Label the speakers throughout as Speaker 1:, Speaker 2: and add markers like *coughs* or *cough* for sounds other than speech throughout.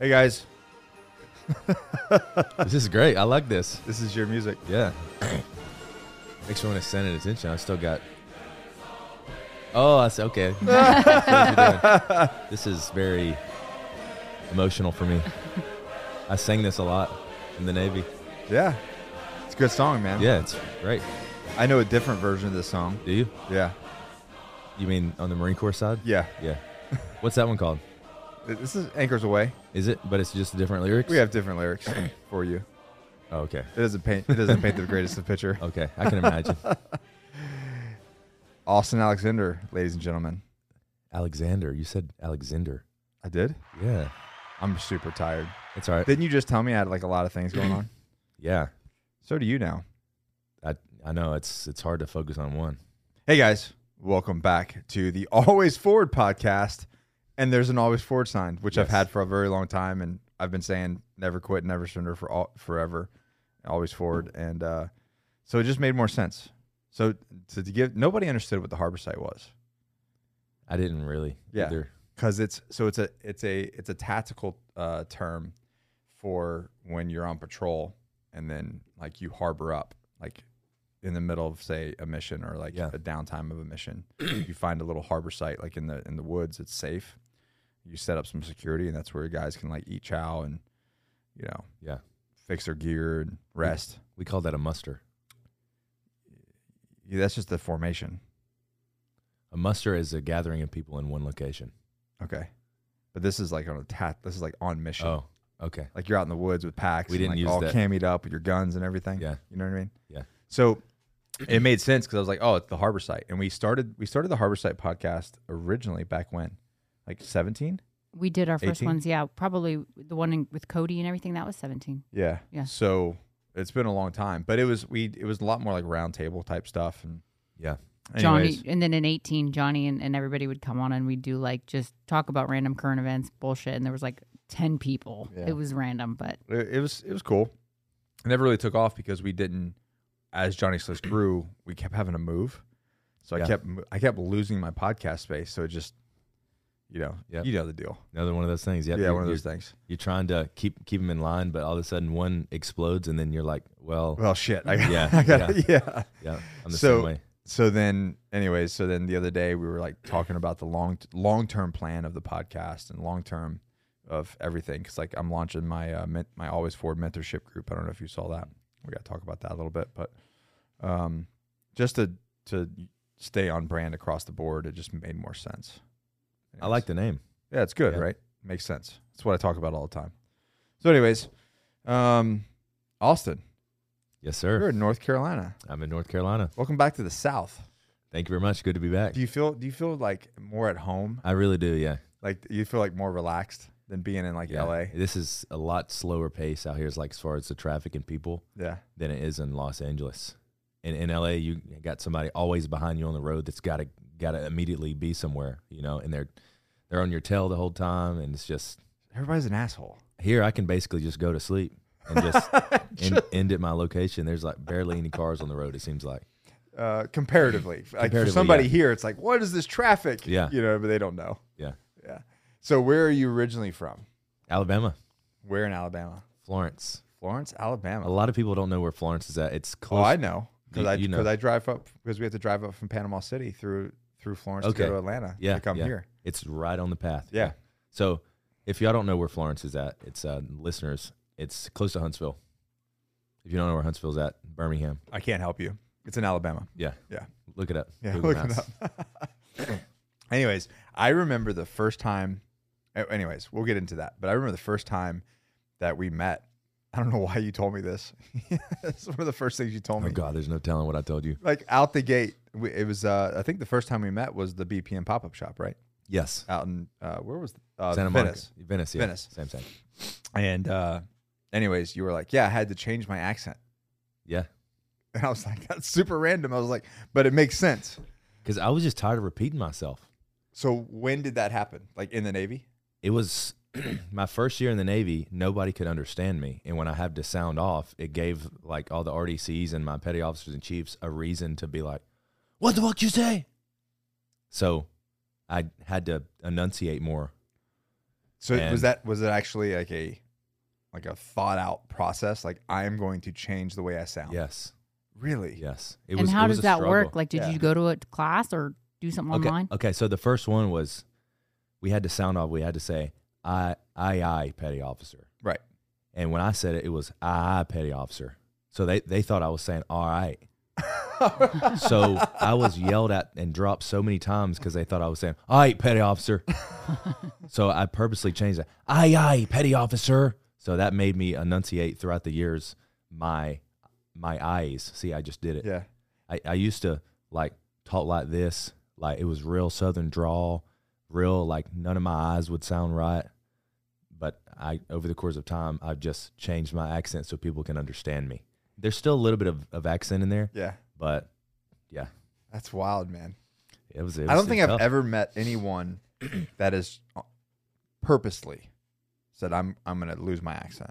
Speaker 1: Hey guys,
Speaker 2: this is great. I like this.
Speaker 1: this is your music.
Speaker 2: Yeah. Make sure when it's sending attention, I still got. Oh, that's okay. *laughs* this is very emotional for me. I sang this a lot in the Navy.
Speaker 1: Yeah, it's a good song, man.
Speaker 2: Yeah, it's great.
Speaker 1: I know a different version of this song.
Speaker 2: Do you?
Speaker 1: Yeah,
Speaker 2: You mean on the Marine Corps side?
Speaker 1: yeah.
Speaker 2: Yeah. What's that one called?
Speaker 1: This is "Anchors Away."
Speaker 2: Is it? But it's just different lyrics.
Speaker 1: We have different lyrics for you.
Speaker 2: Oh, okay.
Speaker 1: It doesn't paint. It doesn't paint the greatest of
Speaker 2: *laughs*
Speaker 1: picture.
Speaker 2: Okay, I can imagine.
Speaker 1: Austin Alexander, ladies and gentlemen.
Speaker 2: Alexander. You said Alexander.
Speaker 1: I did.
Speaker 2: Yeah.
Speaker 1: I'm super tired.
Speaker 2: It's all right.
Speaker 1: Didn't you just tell me I had like a lot of things going on?
Speaker 2: Yeah.
Speaker 1: So do you now.
Speaker 2: I I know it's it's hard to focus on one.
Speaker 1: Hey guys, welcome back to the *laughs* Always Forward podcast. And there's an Always Forward sign, which I've
Speaker 2: Yes.
Speaker 1: had for a very long time, and I've been saying never quit, never surrender for all, forever, always forward. And uh, so it just made more sense. So to, to give nobody understood what the harbor site was
Speaker 2: I didn't really
Speaker 1: Yeah.
Speaker 2: either.
Speaker 1: because it's so it's a it's a it's a tactical uh, term for when you're on patrol and then like you harbor up like in the middle of say a mission or like
Speaker 2: Yeah.
Speaker 1: a downtime of a mission you find a little harbor site like in the in the woods it's safe you set up some security and that's where guys can like eat chow and you know
Speaker 2: Yeah.
Speaker 1: fix their gear and rest
Speaker 2: We call that a muster.
Speaker 1: yeah, that's just the formation
Speaker 2: A muster is a gathering of people in one location.
Speaker 1: okay but this is like on a tat this is like on mission
Speaker 2: Oh, okay.
Speaker 1: like you're out in the woods with packs.
Speaker 2: We
Speaker 1: and,
Speaker 2: didn't
Speaker 1: like
Speaker 2: use
Speaker 1: all
Speaker 2: that.
Speaker 1: cammied up with your guns and everything.
Speaker 2: Yeah.
Speaker 1: you know what I mean.
Speaker 2: Yeah.
Speaker 1: So it made sense because I was like, oh, it's the harbor site, and we started we started the harbor site podcast originally back when, like seventeen.
Speaker 3: We did our first
Speaker 1: 18?
Speaker 3: ones, yeah. Probably the one in, with Cody and everything. That was 17.
Speaker 1: Yeah.
Speaker 3: Yeah.
Speaker 1: So it's been a long time, but it was we it was a lot more like roundtable type stuff and
Speaker 2: Yeah.
Speaker 1: anyways,
Speaker 3: Johnny, and then in 18, Johnny and, and everybody would come on and we'd do like just talk about random current events, bullshit. And there was like 10 people.
Speaker 1: Yeah.
Speaker 3: It was random, but
Speaker 1: It, it was it was cool. It never really took off because we didn't. As Johnny Slips grew, we kept having to move, so I
Speaker 2: Yeah.
Speaker 1: kept mo- I kept losing my podcast space. So it just, you know,
Speaker 2: Yep.
Speaker 1: you know the deal.
Speaker 2: Another one of those things. Yep,
Speaker 1: yeah,
Speaker 2: you're,
Speaker 1: one of those
Speaker 2: You're,
Speaker 1: things.
Speaker 2: you're trying to keep keep them in line, but all of a sudden one explodes, and then you're like, well,
Speaker 1: Well, shit. I,
Speaker 2: Yeah,
Speaker 1: *laughs* I gotta- yeah.
Speaker 2: yeah, I'm the
Speaker 1: so-
Speaker 2: same way.
Speaker 1: So then, anyways, so then the other day we were like talking about the long long term plan of the podcast and long term of everything because like I'm launching my uh, men- my always forward mentorship group. I don't know if you saw that. We got to talk about that a little bit, but um, just to to stay on brand across the board, it just made more sense.
Speaker 2: I like the name.
Speaker 1: Yeah, it's good,
Speaker 2: Yeah.
Speaker 1: right? Makes sense. That's what I talk about all the time. So, anyways, um, Austin,
Speaker 2: Yes,
Speaker 1: you're
Speaker 2: sir.
Speaker 1: in North Carolina.
Speaker 2: I'm in North Carolina.
Speaker 1: Welcome back to the South.
Speaker 2: Thank you very much. Good to be back.
Speaker 1: Do you feel do you feel like more at home?
Speaker 2: I really do. Yeah.
Speaker 1: Like you feel like more relaxed than being in like
Speaker 2: yeah.
Speaker 1: LA?
Speaker 2: This is a lot slower pace out here, as like as far as the traffic and people.
Speaker 1: Yeah.
Speaker 2: than it is in Los Angeles. In, in LA, you got somebody always behind you on the road that's got to got to immediately be somewhere, you know, and they're they're on your tail the whole time, and it's just
Speaker 1: Everybody's an asshole.
Speaker 2: here I can basically just go to sleep and
Speaker 1: *laughs*
Speaker 2: just, end, end at my location. There's like barely any cars on the road. It seems like
Speaker 1: Uh,
Speaker 2: *laughs*
Speaker 1: comparatively. like for
Speaker 2: Comparatively,
Speaker 1: somebody
Speaker 2: yeah.
Speaker 1: here, it's like, what is this traffic?
Speaker 2: Yeah.
Speaker 1: You know, but they don't know.
Speaker 2: Yeah.
Speaker 1: Yeah. So where are you originally from?
Speaker 2: Alabama,
Speaker 1: Where in Alabama?
Speaker 2: Florence.
Speaker 1: Florence,
Speaker 2: A
Speaker 1: Alabama.
Speaker 2: lot of people don't know where Florence is at. It's close.
Speaker 1: Oh, I know. Because
Speaker 2: You-
Speaker 1: I
Speaker 2: you know.
Speaker 1: because I drive up because we have to drive up from Panama City through through Florence to
Speaker 2: Okay.
Speaker 1: go to Atlanta
Speaker 2: yeah,
Speaker 1: to come
Speaker 2: yeah.
Speaker 1: here.
Speaker 2: It's right on the path.
Speaker 1: Yeah.
Speaker 2: So if y'all don't know where Florence is at, it's uh, listeners. It's close to Huntsville. If you don't know where Huntsville's at, Birmingham.
Speaker 1: I can't help you. It's in Alabama.
Speaker 2: Yeah.
Speaker 1: Yeah.
Speaker 2: Look it up.
Speaker 1: Yeah,
Speaker 2: Google
Speaker 1: look it
Speaker 2: Maps.
Speaker 1: up. *laughs* Anyways, I remember the first time. a- Anyways, we'll get into that. But I remember the first time that we met. I don't know why you told me this. *laughs* it's one of the first things you told
Speaker 2: Oh
Speaker 1: me.
Speaker 2: God, there's no telling what I told you.
Speaker 1: Like out the gate, we, it was. Uh, I think the first time we met was the BPM pop up shop, right?
Speaker 2: Yes,
Speaker 1: Out in uh, where was uh,
Speaker 2: Santa Monica,
Speaker 1: Venice.
Speaker 2: Venice, yeah.
Speaker 1: Venice.
Speaker 2: same thing.
Speaker 1: And uh, anyways, you were like, "Yeah, I had to change my accent," *laughs*
Speaker 2: Yeah,
Speaker 1: and I was like, "That's super random." I was like, "But it makes sense."
Speaker 2: because I was just tired of repeating myself.
Speaker 1: So when did that happen? Like in the Navy?
Speaker 2: It was *clears throat* my first year in the Navy. Nobody could understand me, and when I had to sound off, it gave like all the RDCs and my petty officers and chiefs a reason to be like, "What the fuck you say?" So I had to enunciate more.
Speaker 1: So was
Speaker 2: And-
Speaker 1: that was it actually like a like a thought out process? Like I am going to change the way I sound.
Speaker 2: Yes,
Speaker 1: Really?
Speaker 2: yes. It
Speaker 3: and
Speaker 2: was,
Speaker 3: how
Speaker 2: it was
Speaker 3: does
Speaker 2: a
Speaker 3: that
Speaker 2: struggle.
Speaker 3: work? Like, did
Speaker 1: Yeah.
Speaker 3: you go to a class or do something
Speaker 2: okay,
Speaker 3: online?
Speaker 2: Okay, so the first one was we had to sound off. We had to say I I I petty officer.
Speaker 1: Right.
Speaker 2: And when I said it, it was I I petty officer. So they they thought I was saying all right.
Speaker 1: *laughs*
Speaker 2: so I was yelled at and dropped so many times because they thought I was saying all right petty officer. so I purposely changed that I I petty officer. So that made me enunciate throughout the years my my eyes. See, I just did it.
Speaker 1: Yeah.
Speaker 2: I, I used to like talk like this, like it was real southern drawl, real like none of my eyes would sound right. But I over the course of time I've just changed my accent so people can understand me. There's still a little bit of, of accent in there,
Speaker 1: Yeah.
Speaker 2: but
Speaker 1: That's wild, man.
Speaker 2: it was, it was
Speaker 1: I don't think I've
Speaker 2: tough.
Speaker 1: ever met anyone *clears throat* that has purposely said I'm I'm gonna lose my accent.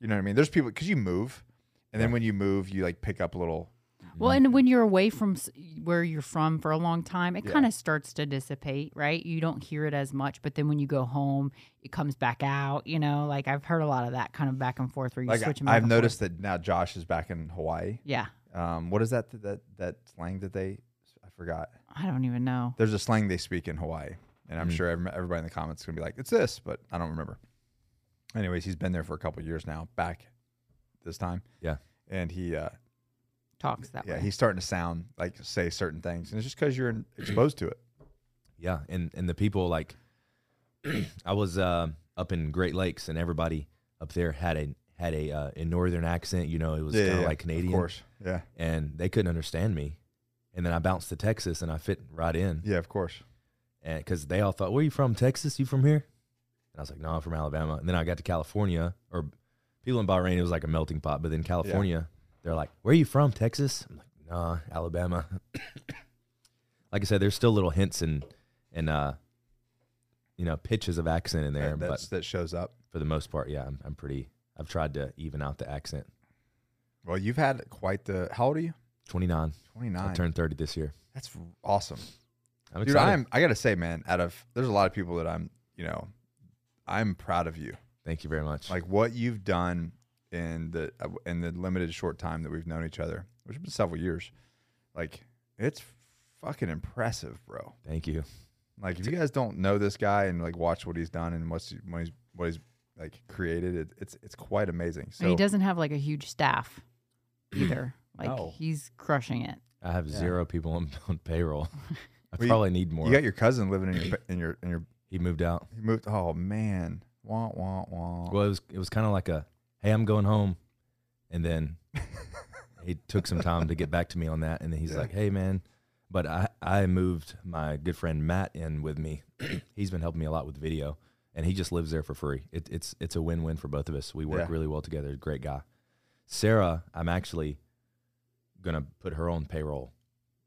Speaker 1: You know what I mean? There's people because you move, and then when you move, you like pick up a little.
Speaker 3: Well, and when you're away from s- where you're from for a long time, it
Speaker 1: Yeah.
Speaker 3: kind of starts to dissipate, right? You don't hear it as much, but then when you go home, it comes back out. You know, like I've heard a lot of that kind of back and forth where you
Speaker 1: Like
Speaker 3: switch. 'em back
Speaker 1: I've
Speaker 3: and
Speaker 1: noticed that now Josh is back in Hawaii.
Speaker 3: Forth. Yeah,
Speaker 1: Um, what is that that that slang that they? I forgot.
Speaker 3: I don't even know.
Speaker 1: There's a slang they speak in Hawaii, and I'm
Speaker 2: Mm.
Speaker 1: sure every- everybody in the comments is gonna be like, "It's this," but I don't remember. Anyways, he's been there for a couple years now. Back this time,
Speaker 2: Yeah.
Speaker 1: and he uh,
Speaker 3: Talks that
Speaker 1: yeah
Speaker 3: way.
Speaker 1: he's starting to sound like say certain things, and it's just because you're in, *clears throat* exposed to it.
Speaker 2: Yeah, and and the people like *clears throat* I was uh, up in Great Lakes and everybody up there had a had a uh, a northern accent, you know, it was kind of like Canadian
Speaker 1: Of course, yeah,
Speaker 2: and they couldn't understand me. And then I bounced to Texas and I fit right in.
Speaker 1: yeah, of course.
Speaker 2: and because they all thought, "Where you from? Texas? You from here?" And I was like, "No, I'm from Alabama." And then I got to California, or people in Bahrain, it was like a melting pot. But then California, they're like, "Where you from? Texas?" I'm like, "Nah, Alabama." *coughs* like I said, there's still little hints and and uh, you know, pitches of accent in there,
Speaker 1: That,
Speaker 2: but
Speaker 1: that's, that shows up.
Speaker 2: for the most part, yeah, I'm, I'm pretty. I've tried to even out the accent.
Speaker 1: Well, you've had quite the. How old are you?
Speaker 2: 29.
Speaker 1: Twenty
Speaker 2: I
Speaker 1: nine.
Speaker 2: turned 30 this year.
Speaker 1: That's awesome.
Speaker 2: I'm
Speaker 1: Dude,
Speaker 2: excited.
Speaker 1: I'm. I gotta say, man. Out of there's a lot of people that I'm. You know, I'm proud of you.
Speaker 2: Thank you very much.
Speaker 1: Like what you've done in the uh, in the limited short time that we've known each other, which has been several years. Like it's fucking impressive, bro.
Speaker 2: Thank you.
Speaker 1: Like if you guys don't know this guy and like watch what he's done and what's what he's what he's like created, it, it's it's quite amazing. So
Speaker 3: and he doesn't have like a
Speaker 1: *clears throat*
Speaker 3: huge staff either. Like
Speaker 1: No.
Speaker 3: he's crushing it.
Speaker 2: I have
Speaker 1: Yeah.
Speaker 2: zero people on, *laughs* on
Speaker 1: *laughs*
Speaker 2: payroll. I
Speaker 1: Well, you-
Speaker 2: probably need more.
Speaker 1: you got your cousin living in your in your in your
Speaker 2: he moved out.
Speaker 1: he moved. Oh man, wah wah wah.
Speaker 2: Well, it was it was kind of like a, hey, I'm going home,
Speaker 1: *laughs*
Speaker 2: and then he took some time to get back to me on that, and then he's
Speaker 1: Yeah.
Speaker 2: like, hey, man, but I I moved my good friend Matt in with me. *clears throat* he's been helping me a lot with video, and he just lives there for free. It, it's it's a win win for both of us. We work
Speaker 1: Yeah.
Speaker 2: really well together. Great guy. Sarah, I'm actually gonna put her on payroll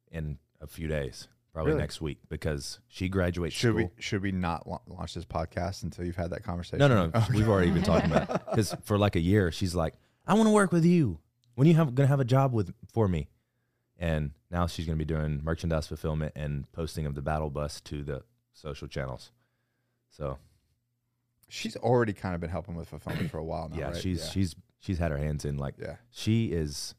Speaker 2: in a few days, probably
Speaker 1: Really?
Speaker 2: next week, because she graduates.
Speaker 1: should
Speaker 2: school.
Speaker 1: we should we not la- launch this podcast until you've had that conversation?
Speaker 2: No, no, no.
Speaker 1: *laughs* Okay.
Speaker 2: We've already been talking about it. because for like a year, she's like, "I want to work with you. When you have gonna have a job with for me?" And now she's gonna be doing merchandise fulfillment and posting of the battle bus to the social channels. So
Speaker 1: *laughs* She's already kind of been helping with fulfillment for a while now.
Speaker 2: yeah,
Speaker 1: right?
Speaker 2: she's she's she's had her hands in like
Speaker 1: yeah. yeah.
Speaker 2: she is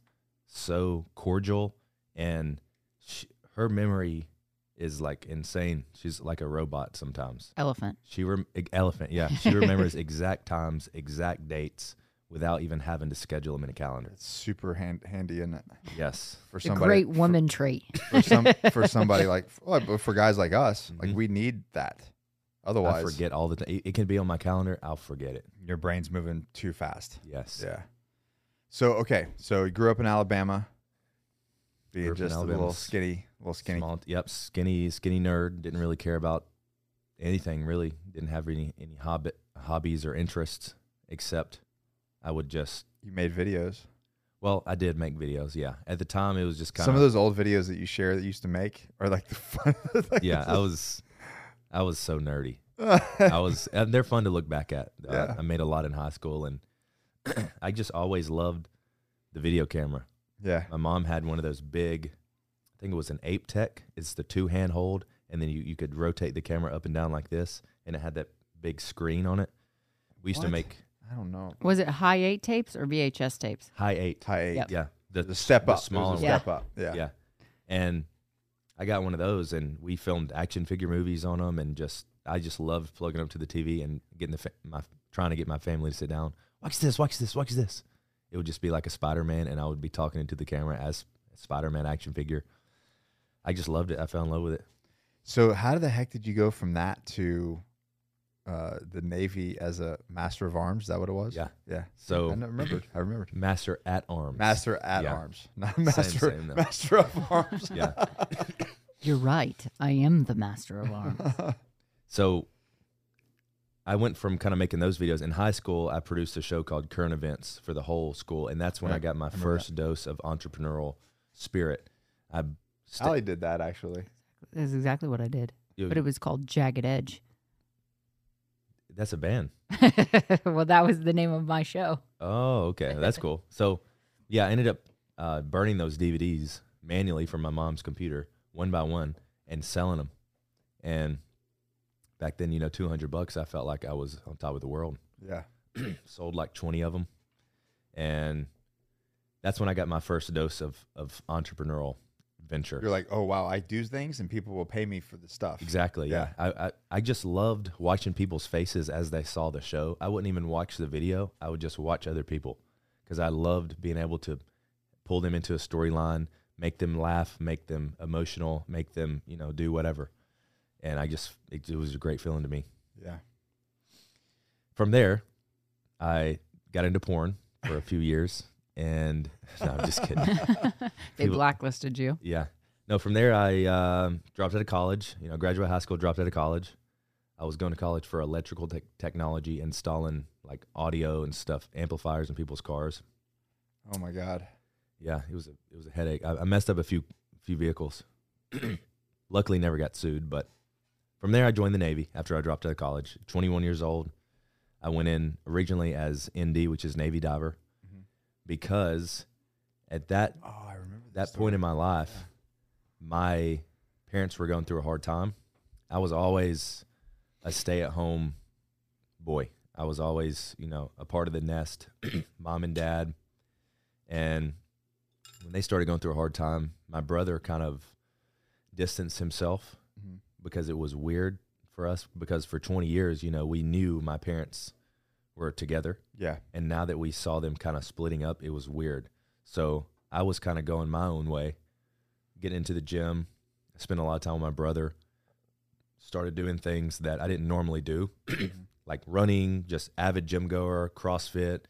Speaker 2: so cordial and she, her memory is like insane. She's like a robot sometimes.
Speaker 3: Elephant.
Speaker 2: She rem- e- elephant, yeah. She remembers exact times, exact dates without even having to schedule them in a calendar.
Speaker 1: It's super hand, handy, isn't it?
Speaker 2: Yes,
Speaker 1: For
Speaker 3: The
Speaker 1: somebody,
Speaker 3: great woman trait.
Speaker 1: For, for some,
Speaker 3: *laughs*
Speaker 1: for somebody like, well, but for guys like us,
Speaker 2: Mhm.
Speaker 1: like we need that. Otherwise,
Speaker 2: I forget all the time. It, it can be on my calendar. I'll forget it.
Speaker 1: your brain's moving too fast.
Speaker 2: Yes.
Speaker 1: Yeah. So okay, so you grew up in Alabama, being
Speaker 2: Grew up in
Speaker 1: just a
Speaker 2: Alabama.
Speaker 1: little skinny, little skinny.
Speaker 2: Small, yep. Skinny, skinny nerd. Didn't really care about anything. Really, didn't have any any hobbit hobbies or interests except I would just.
Speaker 1: You made videos.
Speaker 2: Well, I did make videos. Yeah. At the time, it was just kind
Speaker 1: Some of those old videos that you share that you used to make are like the fun. *laughs* like,
Speaker 2: *laughs* Yeah, I was. I was so nerdy. I was. And they're fun to look back at. Uh,
Speaker 1: Yeah.
Speaker 2: I made a lot in high school, and *clears throat* I just always loved the video camera.
Speaker 1: yeah.
Speaker 2: My mom had one of those big. I think it was an Ape Tech. It's the two hand hold, and then you you could rotate the camera up and down like this, and it had that big screen on it. We used to
Speaker 1: What?
Speaker 2: make
Speaker 1: I don't know.
Speaker 3: Was it high eight tapes or VHS tapes?
Speaker 2: high eight.
Speaker 1: High eight.
Speaker 3: Yep.
Speaker 2: Yeah,
Speaker 1: The step
Speaker 2: the
Speaker 1: up.
Speaker 2: smaller
Speaker 1: Smaller
Speaker 2: one.
Speaker 1: step up. Yeah.
Speaker 2: yeah. And I got one of those, and we filmed action figure movies on them, and just I just love plugging them to the TV and getting the fa- my trying to get my family to sit down. Watch this. Watch this. Watch this. It would just be like a Spider Man, and I would be talking into the camera as Spider Man action figure. I just loved it. I fell in love with it.
Speaker 1: So how the heck did you go from that to uh, the Navy as a Master of Arms? Is that what it was?
Speaker 2: Yeah.
Speaker 1: Yeah.
Speaker 2: So-
Speaker 1: I
Speaker 2: *clears throat*
Speaker 1: remembered. I remembered.
Speaker 2: Master at Arms.
Speaker 1: Master at
Speaker 2: Yeah.
Speaker 1: Arms, *laughs* not Master
Speaker 2: same though.
Speaker 1: Master
Speaker 2: *laughs*
Speaker 1: of Arms.
Speaker 2: Yeah.
Speaker 3: You're right. I am the master of *laughs* arms.
Speaker 2: So I went from kind of making those videos in high school. I produced a show called Current Events for the whole school, and that's when
Speaker 1: Yeah,
Speaker 2: I got my
Speaker 1: remember
Speaker 2: first dose of entrepreneurial spirit. I sta-
Speaker 1: Allie did that actually.
Speaker 3: That's exactly what I did.
Speaker 2: you-
Speaker 3: But it was called Jagged Edge. *laughs*
Speaker 2: that's a band.
Speaker 3: well, that was the name of my show. *laughs*
Speaker 2: Oh, okay, that's cool. So yeah, I ended up uh, burning those DVDs manually from my mom's computer, one by one, and selling them. And back then, you know, two hundred bucks, I felt like I was on top of the world.
Speaker 1: Yeah.
Speaker 2: sold like 20 of them and that's when i got my first dose of of entrepreneurial venture
Speaker 1: You're like, oh wow, I do things and people will pay me for the stuff.
Speaker 2: exactly yeah,
Speaker 1: Yeah.
Speaker 2: I, I i just loved watching people's faces as they saw the show i wouldn't even watch the video i would just watch other people because i loved being able to pull them into a storyline make them laugh make them emotional make them you know do whatever and i just it, it was a great feeling to me
Speaker 1: Yeah.
Speaker 2: from there, I got into porn for a few years, and *laughs* no, I'm just
Speaker 3: *laughs*
Speaker 2: kidding.
Speaker 3: They
Speaker 2: People-
Speaker 3: blacklisted you.
Speaker 2: Yeah, no. From there, I um, dropped out of college. You know, graduate high school, dropped out of college. I was going to college for electrical tech technology, installing like audio and stuff, amplifiers in people's cars.
Speaker 1: Oh my God.
Speaker 2: Yeah, it was a it was a headache. I, I messed up a few few vehicles. Luckily, never got sued. But from there, I joined the Navy after I dropped out of college. 21 years old, I went in originally as ND, which is Navy diver,
Speaker 1: Mhm.
Speaker 2: because at that
Speaker 1: Oh, I remember this
Speaker 2: that
Speaker 1: story.
Speaker 2: point in my life,
Speaker 1: Yeah.
Speaker 2: my parents were going through a hard time. I was always a stay at home boy. I was always, you know, a part of the nest, *clears throat* mom and dad. And when they started going through a hard time, my brother kind of distanced himself
Speaker 1: Mhm.
Speaker 2: because it was weird for us. Because for 20 years, you know, we knew my parents were together
Speaker 1: Yeah.
Speaker 2: and now that we saw them kind of splitting up, it was weird. So I was kind of going my own way, getting into the gym. I spent a lot of time with my brother. Started doing things that I didn't normally do, *clears throat* like running, just avid gym goer, CrossFit,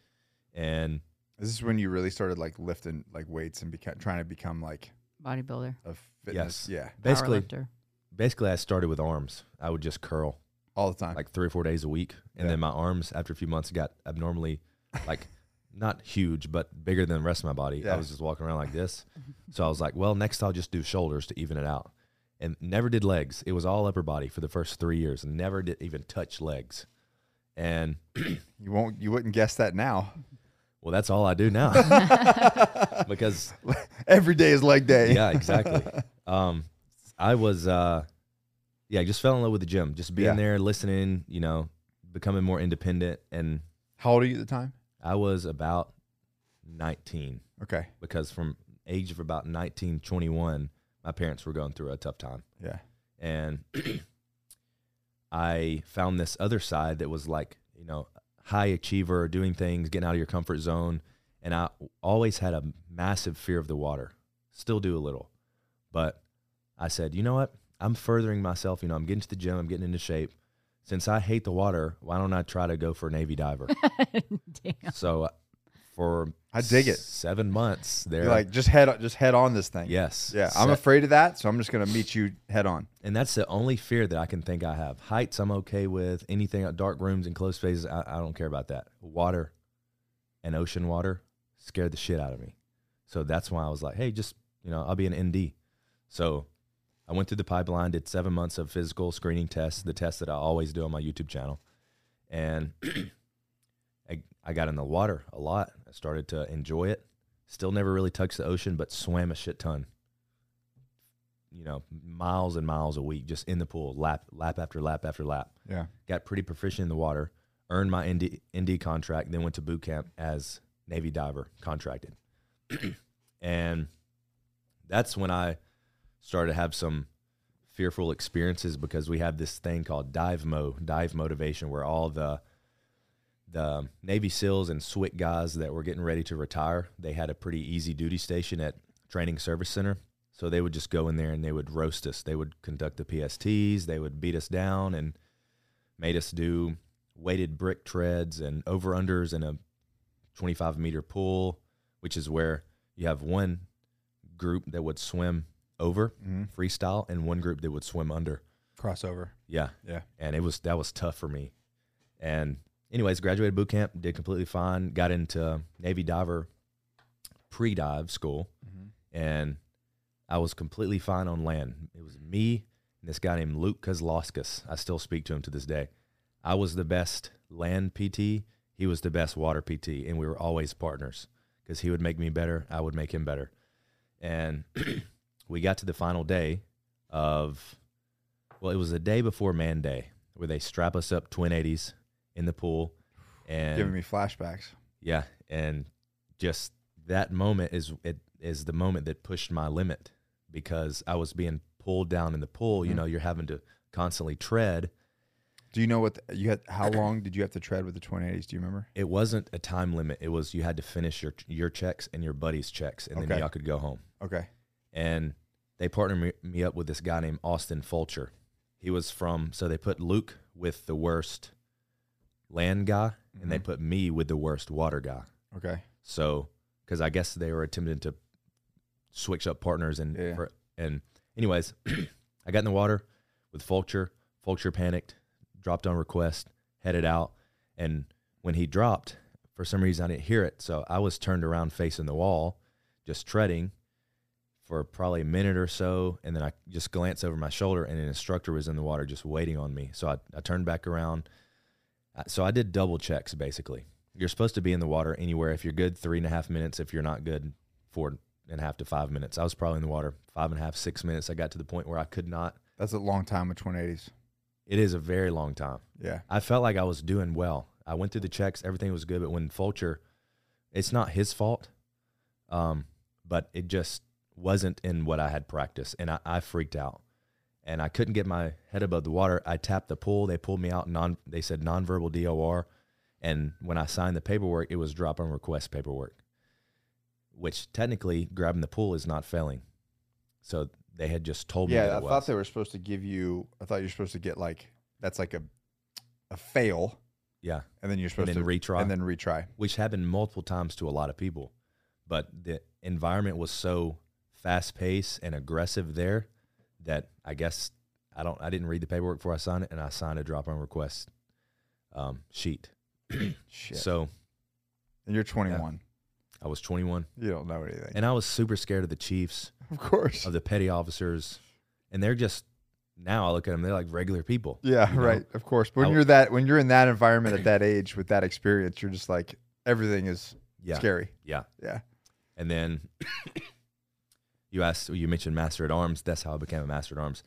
Speaker 2: and
Speaker 1: This is when you really started like lifting like weights and beca- trying to become like
Speaker 3: Bodybuilder.
Speaker 1: a fitness.
Speaker 2: Yes.
Speaker 1: Yeah.
Speaker 2: basically,
Speaker 3: powerlifter. *laughs*
Speaker 2: basically I started with arms. I would just curl
Speaker 1: All the time.
Speaker 2: like three or four days a week, and
Speaker 1: Yeah.
Speaker 2: then my arms after a few months got abnormally, like *laughs* not huge but bigger than the rest of my body.
Speaker 1: Yeah.
Speaker 2: I was just walking around like this, so I was like, well, next I'll just do shoulders to even it out, and never did legs. It was all upper body for the first three years, and never did even touch legs, and
Speaker 1: you won't. You wouldn't guess that now.
Speaker 2: *laughs*
Speaker 1: *laughs*
Speaker 2: well, that's all I do now *laughs* because
Speaker 1: *laughs* Every day is leg day.
Speaker 2: yeah, exactly. Um, I was, uh, yeah, I just fell in love with the gym, just being
Speaker 1: Yeah.
Speaker 2: there, listening, you know, becoming more independent, and
Speaker 1: *laughs* How old are you at the time?
Speaker 2: I was about 19
Speaker 1: Okay.
Speaker 2: because from age of about 19, 21, my parents were going through a tough time.
Speaker 1: Yeah.
Speaker 2: And *clears throat* I found this other side that was like, you know, high achiever, doing things, getting out of your comfort zone. And I always had a massive fear of the water, still do a little. But I said, you know what? I'm furthering myself. You know, I'm getting to the gym, I'm getting into shape. Since I hate the water, why don't I try to go for a Navy diver?
Speaker 3: Damn.
Speaker 2: So uh, for
Speaker 1: I dig it.
Speaker 2: Seven months there.
Speaker 1: You're like just head just head on this thing.
Speaker 2: yes.
Speaker 1: Yeah. I'm
Speaker 2: Se-
Speaker 1: afraid of that, so I'm just gonna meet you head on.
Speaker 2: and that's the only fear that I can think I have. Heights, I'm okay with. Anything out dark rooms and closed spaces, I, I don't care about that. Water and ocean water scared the shit out of me. So that's why I was like, hey, just you know, I'll be an ND. So I went through the pipeline, did seven months of physical screening tests, the tests that I always do on my YouTube channel, and *clears throat* I, I got in the water a lot. I started to enjoy it. Still never really touched the ocean, but swam a shit ton. you know miles and miles a week just in the pool, lap lap after lap after lap.
Speaker 1: Yeah.
Speaker 2: Got pretty proficient in the water, earned my ND, ND contract, then went to boot camp as Navy diver contracted, *clears throat* and that's when I started to have some fearful experiences because we have this thing called dive mo dive motivation where all the the Navy SEALs and SWIC guys that were getting ready to retire, they had a pretty easy duty station at Training Service Center. So they would just go in there and they would roast us. They would conduct the PSTs, they would beat us down and made us do weighted brick treads and over unders in a 25 meter pool, which is where you have one group that would swim over
Speaker 1: Mm-hmm.
Speaker 2: freestyle and one group that would swim under.
Speaker 1: Crossover.
Speaker 2: Yeah.
Speaker 1: Yeah.
Speaker 2: And it was that was tough for me. And anyways, graduated boot camp, did completely fine, got into Navy diver pre dive school
Speaker 1: Mm-hmm.
Speaker 2: and I was completely fine on land. It was me and this guy named Luke Kozlowskis. I still speak to him to this day. I was the best land PT. He was the best water PT, and we were always partners because he would make me better. I would make him better. And *clears throat* we got to the final day of, well, it was the day before Man Day where they strap us up twin 80s in the pool. And
Speaker 1: Giving me flashbacks.
Speaker 2: yeah, and just that moment is it is the moment that pushed my limit because I was being pulled down in the pool. You
Speaker 1: Mm.
Speaker 2: know, you're having to constantly tread.
Speaker 1: Do you know what the, you had?
Speaker 2: *clears throat*
Speaker 1: How long did you have to tread with the 2080s? Do you remember?
Speaker 2: It wasn't a time limit. It was you had to finish your your checks and your buddy's checks, and
Speaker 1: Okay.
Speaker 2: then y'all could go home.
Speaker 1: Okay.
Speaker 2: and they partnered me, me up with this guy named Austin Fulcher. He was from so they put Luke with the worst land guy, and they
Speaker 1: Mhm.
Speaker 2: put me with the worst water guy.
Speaker 1: Okay.
Speaker 2: So, because I guess they were attempting to switch up partners and
Speaker 1: Yeah.
Speaker 2: for, and anyways, *clears throat* I got in the water with Fulcher. Fulcher panicked, dropped on request, headed out, and when he dropped, for some reason I didn't hear it, so I was turned around facing the wall, just treading for probably a minute or so, and then I just glanced over my shoulder, and an instructor was in the water just waiting on me. So I, I turned back around. I- So I did double checks basically you're supposed to be in the water anywhere. If you're good, three and a half minutes. If you're not good, four and a half to five minutes. I was probably in the water five and a half, six minutes. I got to the point where I could not.
Speaker 1: That's a long time with 2080s.
Speaker 2: It is a very long time.
Speaker 1: Yeah.
Speaker 2: I felt like I was doing well. I went through the checks, everything was good. But when Fulcher, it's not his fault, um, but it just wasn't in what I had practiced, and I, I freaked out, and I couldn't get my head above the water. I tapped the pool. They pulled me out. Non, they said nonverbal DOR, and when I signed the paperwork, it was drop on request paperwork, which technically grabbing the pool is not failing. So they had just told me.
Speaker 1: Yeah.
Speaker 2: that
Speaker 1: I
Speaker 2: it was.
Speaker 1: thought they were supposed to give you. I thought you were supposed to get like that's like a a fail,
Speaker 2: yeah,
Speaker 1: and then you're
Speaker 2: and
Speaker 1: supposed
Speaker 2: then
Speaker 1: to
Speaker 2: retry
Speaker 1: and then retry.
Speaker 2: which happened multiple times to a lot of people. But the environment was so fast paced and aggressive there that I guess I don't I didn't read the paperwork before I signed it, and I signed a drop on request um, sheet.
Speaker 1: Shit.
Speaker 2: So
Speaker 1: and you're 21.
Speaker 2: I was 21,
Speaker 1: You don't know anything.
Speaker 2: and I was super scared of the chiefs,
Speaker 1: of course.
Speaker 2: of the petty officers, and they're just now I look at them, they're like regular people.
Speaker 1: Yeah,
Speaker 2: you know?
Speaker 1: right. Of course. But
Speaker 2: I
Speaker 1: when
Speaker 2: w-
Speaker 1: you're that when you're in that environment at that age with that experience, you're just like everything is
Speaker 2: Yeah,
Speaker 1: scary. *laughs*
Speaker 2: yeah.
Speaker 1: Yeah.
Speaker 2: And then you asked, you mentioned Master at Arms. That's how I became a Master at Arms.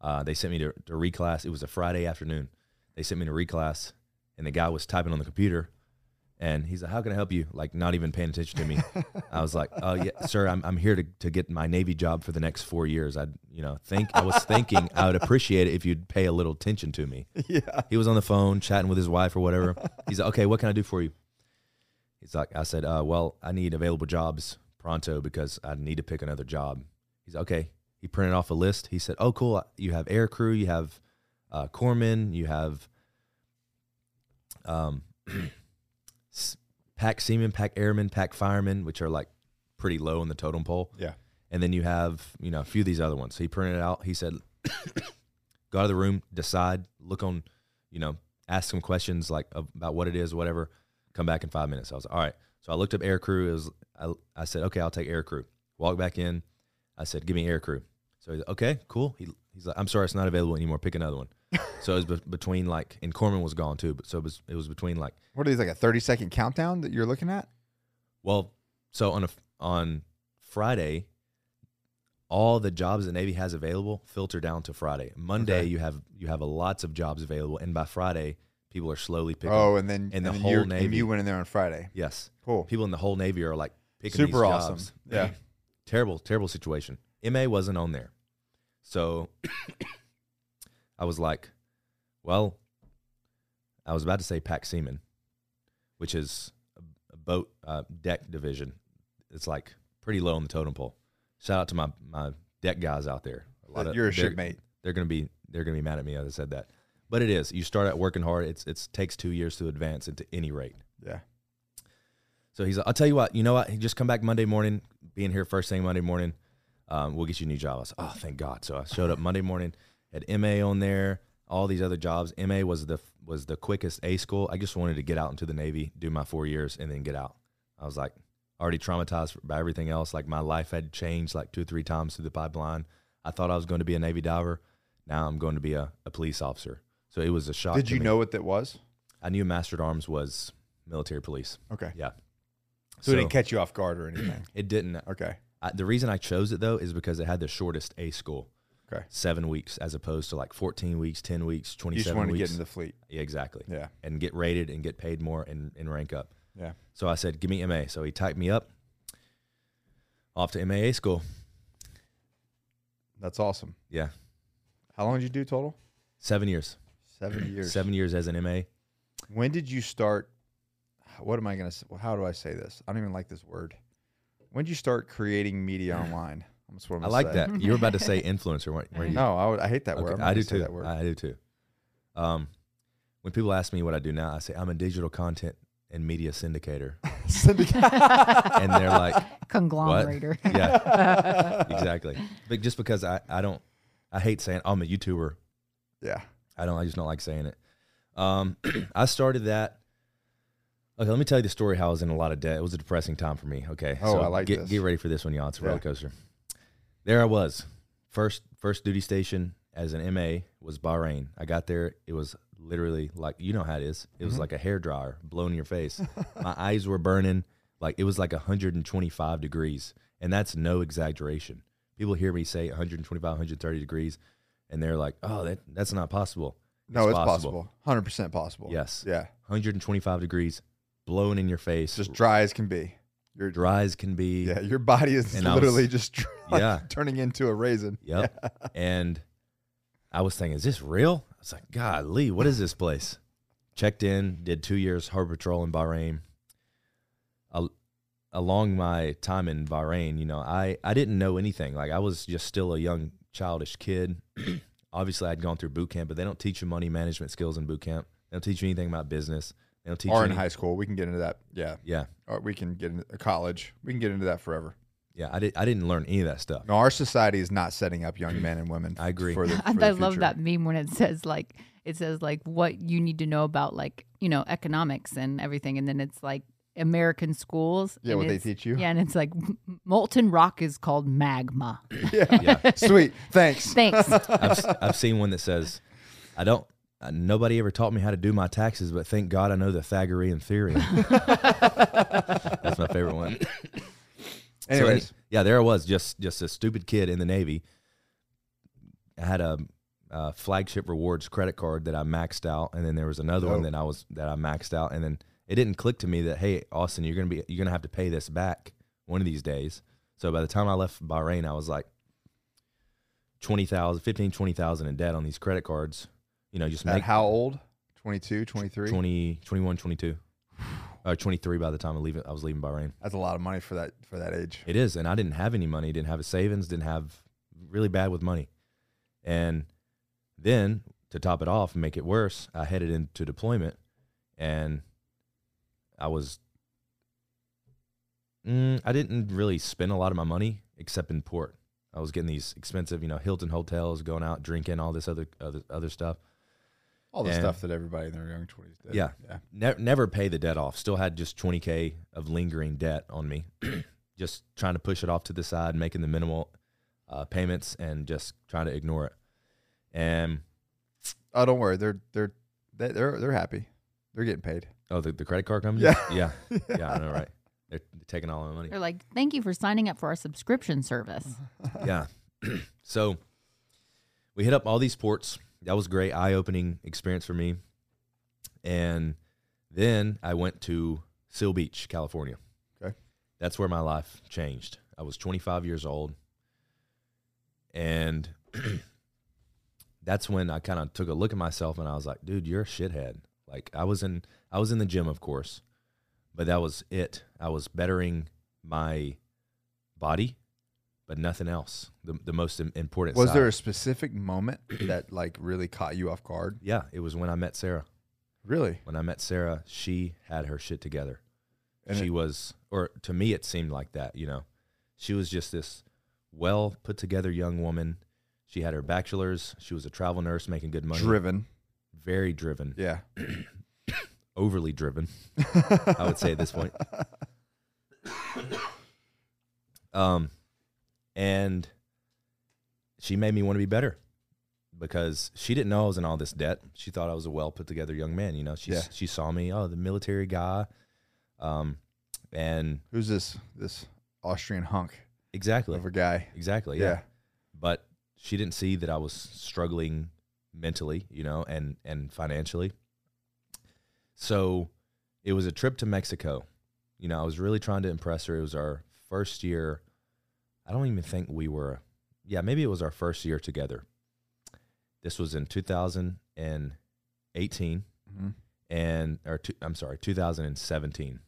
Speaker 2: Uh, they sent me to, to reclass. It was a Friday afternoon. They sent me to reclass, and the guy was typing on the computer, and he's like, "How can I help you?" Like not even paying attention to me. I was like, "Oh yeah, sir, I'm, I'm here to, to get my Navy job for the next four years. I you know think I was thinking I would appreciate it if you'd pay a little attention to me."
Speaker 1: Yeah.
Speaker 2: *laughs* He was on the phone chatting with his wife or whatever. He's like, okay, what can I do for you? He's like, I said, uh, well, I need available jobs pronto because I need to pick another job. He's like, okay. He printed off a list. He said, oh, cool. You have air crew, you have uh, corpsman, you have um, *clears throat* s- pack seaman, pack airman, pack fireman, which are like pretty low on the totem pole.
Speaker 1: Yeah.
Speaker 2: And then you have, you know, a few of these other ones. So he printed it out. He said, *coughs* go out of the room, decide, look on, you know, ask some questions like ab- about what it is, whatever. Come back in five minutes. I was like, all right. So I looked up air crew. It was I, I said, okay, I'll take air crew. Walk back in. I said, give me air crew. So he's like, okay, cool. He, he's like, I'm sorry, it's not available anymore. Pick
Speaker 1: *laughs*
Speaker 2: another one. so it was be- between like, and Corman was gone too. But so it was, it was between like,
Speaker 1: What are these like a 30 second countdown that you're looking at?
Speaker 2: well, so on a f on Friday, all the jobs the Navy has available filter down to Friday. Monday
Speaker 1: Okay.
Speaker 2: you have you have a lots of jobs available, and by Friday people are slowly picking.
Speaker 1: Oh, and then
Speaker 2: and the
Speaker 1: then
Speaker 2: whole
Speaker 1: you're- and
Speaker 2: Navy.
Speaker 1: you went in there on Friday.
Speaker 2: yes,
Speaker 1: Cool.
Speaker 2: people in the whole Navy are like picking these
Speaker 1: Super awesome.
Speaker 2: jobs.
Speaker 1: Yeah.
Speaker 2: terrible, terrible situation. MA wasn't on there, so *coughs* I was like, well, I was about to say pack seaman, which is a- a boat uh, deck division. It's like pretty low on the totem pole. Shout out to my my deck guys out there. A lot of-
Speaker 1: Uh, You're a
Speaker 2: they're-
Speaker 1: shipmate.
Speaker 2: they're gonna be they're gonna be mad at me as I said that. But it is. You start out working hard. It's it's takes two years to advance into any rate.
Speaker 1: Yeah.
Speaker 2: So he's like, I'll tell you what, you know what? He just come back Monday morning, being here first thing Monday morning. Um, we'll get you a new job. I was oh thank God. So I showed up Monday morning, had MA on there, all these other jobs. MA was the was the quickest A school. I just wanted to get out into the Navy, do my four years, and then get out. I was like already traumatized by everything else. Like my life had changed like two or three times through the pipeline. I thought I was going to be a Navy diver. Now I'm going to be a, a police officer. So it was a shock.
Speaker 1: Did
Speaker 2: to
Speaker 1: you
Speaker 2: me.
Speaker 1: know what that was?
Speaker 2: I knew Master at Arms was military police.
Speaker 1: Okay.
Speaker 2: Yeah.
Speaker 1: So, it didn't catch you off guard or *clears throat* anything.
Speaker 2: It didn't.
Speaker 1: okay.
Speaker 2: I, the reason I chose it though is because it had the shortest A school.
Speaker 1: Okay.
Speaker 2: Seven weeks as opposed to like 14 weeks, 10 weeks,
Speaker 1: You just
Speaker 2: 27
Speaker 1: wanted to get
Speaker 2: weeks.
Speaker 1: into the fleet.
Speaker 2: yeah, exactly.
Speaker 1: Yeah.
Speaker 2: And get rated and get paid more and, and rank up.
Speaker 1: Yeah.
Speaker 2: So I said, give me MA. So he typed me up off to MAA school.
Speaker 1: That's awesome.
Speaker 2: Yeah.
Speaker 1: How long did you do
Speaker 2: *clears throat*
Speaker 1: total?
Speaker 2: Seven years.
Speaker 1: Seven years.
Speaker 2: Seven years as an MA.
Speaker 1: When did you start? What am I going to say? How do I say this? I don't even like this word. When did you start creating
Speaker 2: *laughs*
Speaker 1: media online? That's what I'm
Speaker 2: I
Speaker 1: gonna
Speaker 2: like
Speaker 1: say.
Speaker 2: that. You were about to say influencer, weren't, weren't you?
Speaker 1: No, I, would, I hate that word.
Speaker 2: Okay,
Speaker 1: I'm not
Speaker 2: I
Speaker 1: gonna
Speaker 2: do
Speaker 1: say
Speaker 2: too.
Speaker 1: That word. *laughs*
Speaker 2: I do too. Um, when people ask me what I do now, I say I'm a digital content and
Speaker 1: *laughs*
Speaker 2: media syndicator, *laughs* and they're like,
Speaker 3: Conglomerator.
Speaker 2: yeah, exactly. But just because I, I don't, I hate saying I'm a YouTuber.
Speaker 1: yeah.
Speaker 2: I don't. I just don't like saying it. Um, *clears throat* I started that. Okay, let me tell you the story. How I was in a lot of debt. It was a depressing time for me. Okay.
Speaker 1: Oh, I like
Speaker 2: get,
Speaker 1: this.
Speaker 2: Get ready for this one, y'all. It's a
Speaker 1: Yeah.
Speaker 2: roller coaster. There I was. First, first duty station as an MA was Bahrain. I got there. It was literally like you know how it is. It
Speaker 1: Mm-hmm.
Speaker 2: was like a hair dryer blown in your face. My *laughs* eyes were burning. Like it was like 125 degrees, and that's no exaggeration. People hear me say 125, 130 degrees, and they're like, "Oh, that, that's not possible."
Speaker 1: No, it's possible. Hundred percent possible.
Speaker 2: Yes.
Speaker 1: Yeah.
Speaker 2: 125 degrees, blowing in your face,
Speaker 1: It's just dry as can be. You're
Speaker 2: dry as can be.
Speaker 1: Yeah. Your body is
Speaker 2: And I
Speaker 1: literally
Speaker 2: was-
Speaker 1: just dry, *laughs* like,
Speaker 2: Yeah.
Speaker 1: turning into a raisin.
Speaker 2: Yep. And I was thinking, is this real? I was like, God, Lee, what is this place? Checked in, did two years harbor patrol in Bahrain. Al- along my time in Bahrain, you know, I, I didn't know anything. Like I was just still a young childish kid. *clears throat* Obviously, I'd gone through boot camp, but they don't teach you money management skills in boot camp. They don't teach you anything about business. They don't teach you
Speaker 1: Or in
Speaker 2: any-
Speaker 1: high school, we can get into that. Yeah.
Speaker 2: Yeah,
Speaker 1: Or we can get into college. We can get into that forever.
Speaker 2: yeah. I did. I didn't learn any of that stuff.
Speaker 1: No, our society is not setting up young men and women.
Speaker 2: I agree.
Speaker 1: For the, for
Speaker 3: *laughs* I,
Speaker 1: the
Speaker 3: I love
Speaker 1: future.
Speaker 3: that meme when it says like it says like what you need to know about like you know economics and everything, and then it's like American schools.
Speaker 1: Yeah,
Speaker 3: and
Speaker 1: what they
Speaker 3: it's-
Speaker 1: teach you.
Speaker 3: Yeah, and it's like molten rock is
Speaker 1: *laughs*
Speaker 3: called magma.
Speaker 1: Yeah. Sweet. Thanks.
Speaker 3: Thanks.
Speaker 2: I've, s- I've seen one that says, "I don't. Uh, nobody ever taught me how to do my taxes, but thank God I know the Pythagorean theorem." *laughs* That's my favorite one. So any-
Speaker 1: Anyways,
Speaker 2: yeah, there I was, just just a stupid kid in the Navy. I had a, uh flagship rewards credit card that I maxed out, and then there was another one
Speaker 1: Dope.
Speaker 2: that I was that I maxed out, and then it didn't click to me that hey, Austin, you're gonna be you're gonna have to pay this back one of these days. So by the time I left Bahrain, I was like 20,000, 15, 20,000 in debt on these credit cards. You know, just
Speaker 1: at
Speaker 2: make
Speaker 1: how old? 22, 23?
Speaker 2: 20, 21, *sighs* 22, or 23 Uh, by the time I leave I was leaving Bahrain.
Speaker 1: That's a lot of money for that for that age.
Speaker 2: It is, and I didn't have any money. Didn't have a savings. Didn't have really bad with money. And then to top it off and make it worse, I headed into deployment, and I was. Mm, I didn't really spend a lot of my money except in port. I was getting these expensive, you know, Hilton hotels, going out drinking, all this other other, other stuff.
Speaker 1: All the
Speaker 2: And-
Speaker 1: stuff that everybody in their young 20s did.
Speaker 2: Yeah.
Speaker 1: Yeah.
Speaker 2: ne- never pay the debt off. Still had just 20k of lingering debt on me. *clears throat* just trying to push it off to the side, making the minimal uh, payments, and just trying to ignore it. And
Speaker 1: Oh, don't worry. They're they're they- they're they're happy. They're getting paid.
Speaker 2: oh, the, the credit card company.
Speaker 1: Yeah. *laughs*
Speaker 2: yeah, yeah. I know, right? They're taking all
Speaker 3: *laughs*
Speaker 2: my money.
Speaker 3: They're like, thank you for signing up for our subscription service.
Speaker 1: Uh-huh.
Speaker 2: yeah. *clears throat* so we hit up all these ports. That was great, eye opening experience for me. And then I went to Seal Beach, California.
Speaker 1: Okay.
Speaker 2: That's where my life changed. I was 25 years old. And *clears throat* that's when I kind of took a look at myself and I was like, dude, you're a shithead. Like I was in I was in the gym, of course, but that was it. I was bettering my body, but nothing else. The the most im- important
Speaker 1: Was
Speaker 2: side.
Speaker 1: there a specific moment that like really caught you off guard?
Speaker 2: Yeah, it was when I met Sarah.
Speaker 1: Really?
Speaker 2: When I met Sarah, she had her shit together.
Speaker 1: And
Speaker 2: she
Speaker 1: it-
Speaker 2: was, or to me, it seemed like that, you know. She was just this well put together young woman. She had her bachelor's. She was a travel nurse making good money.
Speaker 1: driven.
Speaker 2: Very driven,
Speaker 1: Yeah. *laughs*
Speaker 2: overly driven, I would say at this point. um, and she made me want to be better because she didn't know I was in all this debt. She thought I was a well put together young man. You know, she
Speaker 1: Yeah.
Speaker 2: she saw me, oh, the military guy, um, and
Speaker 1: Who's this this Austrian hunk
Speaker 2: exactly,
Speaker 1: of a guy?
Speaker 2: exactly, yeah.
Speaker 1: Yeah.
Speaker 2: But she didn't see that I was struggling mentally, you know, and and financially. So it was a trip to Mexico. You know, I was really trying to impress her. It was our first year. I don't even think we were. Yeah, maybe it was our first year together. This was in 2018
Speaker 1: hmm
Speaker 2: and or two, I'm sorry, 2017.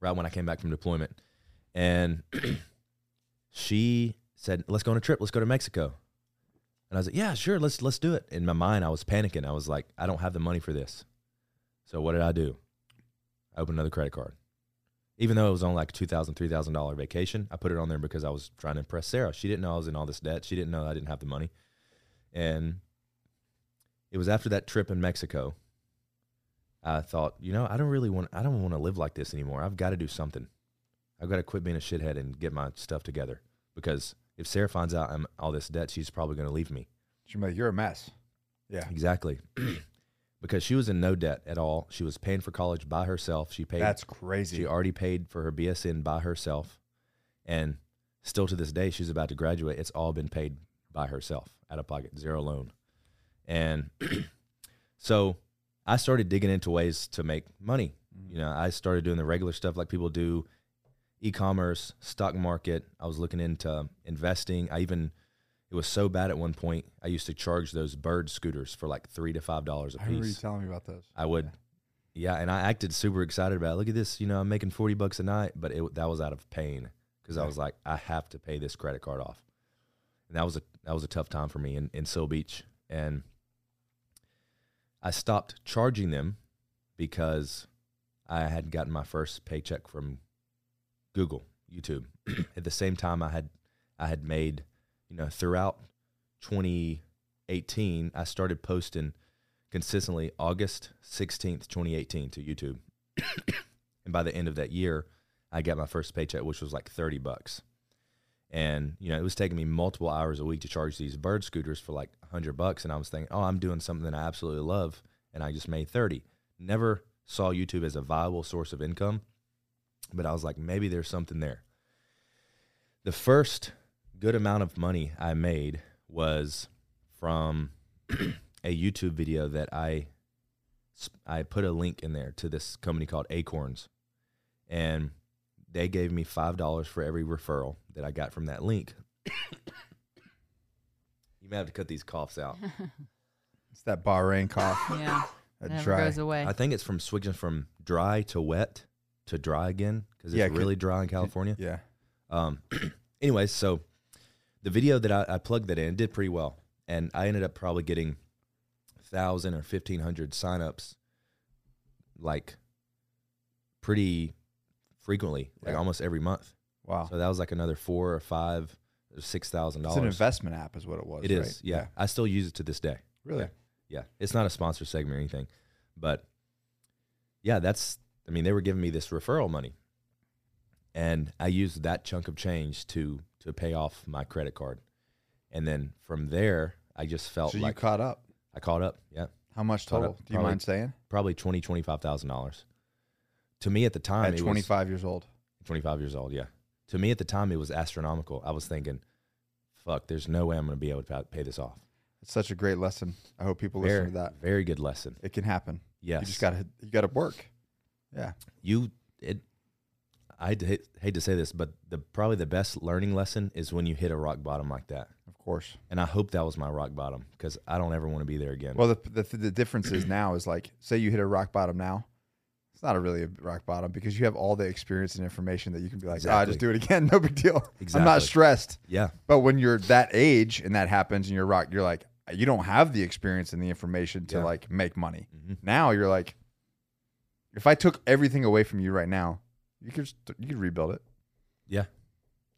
Speaker 2: Right when I came back from deployment, and *clears throat* she said, "Let's go on a trip. Let's go to Mexico." And I was like, "Yeah, sure. Let's let's do it." In my mind, I was panicking. I was like, "I don't have the money for this." So what did I do? I opened another credit card. Even though it was on like two thousand, three thousand dollar vacation, I put it on there because I was trying to impress Sarah. She didn't know I was in all this debt. She didn't know I didn't have the money. And it was after that trip in Mexico I thought, you know, I don't really want I don't want to live like this anymore. I've got to do something. I've got to quit being a shithead and get my stuff together because if Sarah finds out I'm all this debt, she's probably going to leave me.
Speaker 1: She's like, you're a mess. Yeah.
Speaker 2: Exactly. *clears throat* because she was in no debt at all. She was paying for college by herself. She paid
Speaker 1: That's crazy.
Speaker 2: she already paid for her BSN by herself and still to this day she's about to graduate. It's all been paid by herself out of pocket, zero loan. And *clears throat* so I started digging into ways to make money.
Speaker 1: Mm.
Speaker 2: You know, I started doing the regular stuff like people do e-commerce, stock market. I was looking into investing. I even it was so bad at one point. I used to charge those bird scooters for like 3 to 5 dollars a
Speaker 1: I remember you
Speaker 2: piece.
Speaker 1: telling me about those.
Speaker 2: I would, yeah. And I acted super excited about. it. Look at this, you know, I'm making forty bucks a night, but it that was out of pain because I
Speaker 1: Yeah.
Speaker 2: was like, I have to pay this credit card off, and that was a that was a tough time for me in in Seal Beach, and I stopped charging them because I had gotten my first paycheck from Google, YouTube. *clears throat* At the same time, I had I had made, you know, throughout 2018, I started posting consistently August 16th, 2018 to YouTube. *coughs* and by the end of that year, I got my first paycheck, which was like 30 bucks. And, you know, it was taking me multiple hours a week to charge these bird scooters for like 100 bucks. And I was thinking, oh, I'm doing something that I absolutely love. And I just made 30. Never saw YouTube as a viable source of income. But I was like, maybe there's something there. The first good amount of money I made was from a YouTube video that I sp- I put a link in there to this company called Acorns, and they gave me five dollars for every referral that I got from that link. you may have to cut these coughs out.
Speaker 1: It's that Bahrain cough.
Speaker 3: Yeah.
Speaker 1: that
Speaker 3: never
Speaker 1: dry.
Speaker 3: goes away.
Speaker 2: I think it's from switching from dry to wet to dry again because it's
Speaker 1: Yeah, 'cause-
Speaker 2: really dry in California.
Speaker 1: Yeah.
Speaker 2: Um, *clears throat* anyways, so the video that I, I plugged that in it did pretty well, and I ended up probably getting thousand or fifteen hundred signups, like pretty frequently, like
Speaker 1: Yeah.
Speaker 2: almost every month.
Speaker 1: Wow.
Speaker 2: So that was like another four or five or six thousand
Speaker 1: it's an
Speaker 2: dollars.
Speaker 1: investment app, is what it was.
Speaker 2: It is,
Speaker 1: right?
Speaker 2: yeah. I still use it to this day.
Speaker 1: Really?
Speaker 2: Yeah, it's not a sponsor segment or anything, but yeah, that's. I mean, they were giving me this referral money, and I used that chunk of change to to pay off my credit card, and then from there, I just felt
Speaker 1: So
Speaker 2: like
Speaker 1: you caught up.
Speaker 2: I caught up. Yeah,
Speaker 1: How much
Speaker 2: Caught
Speaker 1: total?
Speaker 2: up
Speaker 1: Do you
Speaker 2: probably-
Speaker 1: mind saying?
Speaker 2: probably twenty twenty five thousand dollars to me at the time,
Speaker 1: at
Speaker 2: it was-
Speaker 1: 25 years old.
Speaker 2: 25 years old, yeah. To me at the time, it was astronomical. I was thinking, fuck, there's no way I'm going to be able to pa- pay this off.
Speaker 1: It's such a great lesson. I hope people
Speaker 2: Very,
Speaker 1: listen to that.
Speaker 2: very good lesson.
Speaker 1: It can happen.
Speaker 2: Yes.
Speaker 1: You just gotta you gotta work. Yeah.
Speaker 2: you it i hate, to- hate to say this but the probably the best learning lesson is when you hit a rock bottom like that
Speaker 1: Of course.
Speaker 2: and i hope that was my rock bottom because i don't ever want to be there again
Speaker 1: Well, the, the the difference is now is like, say you hit a rock bottom now, it's not a really a rock bottom because you have all the experience and information that you can be like, ah, just
Speaker 2: Exactly.
Speaker 1: do it again, *laughs* no big deal. I'm
Speaker 2: Exactly.
Speaker 1: not stressed.
Speaker 2: yeah
Speaker 1: But when you're that age and that happens and you're rock, you're like, you don't have the experience and the information to
Speaker 2: Yeah.
Speaker 1: like make money.
Speaker 2: Mhm.
Speaker 1: Now you're like, if I took everything away from you right now, you could st- you could rebuild it.
Speaker 2: yeah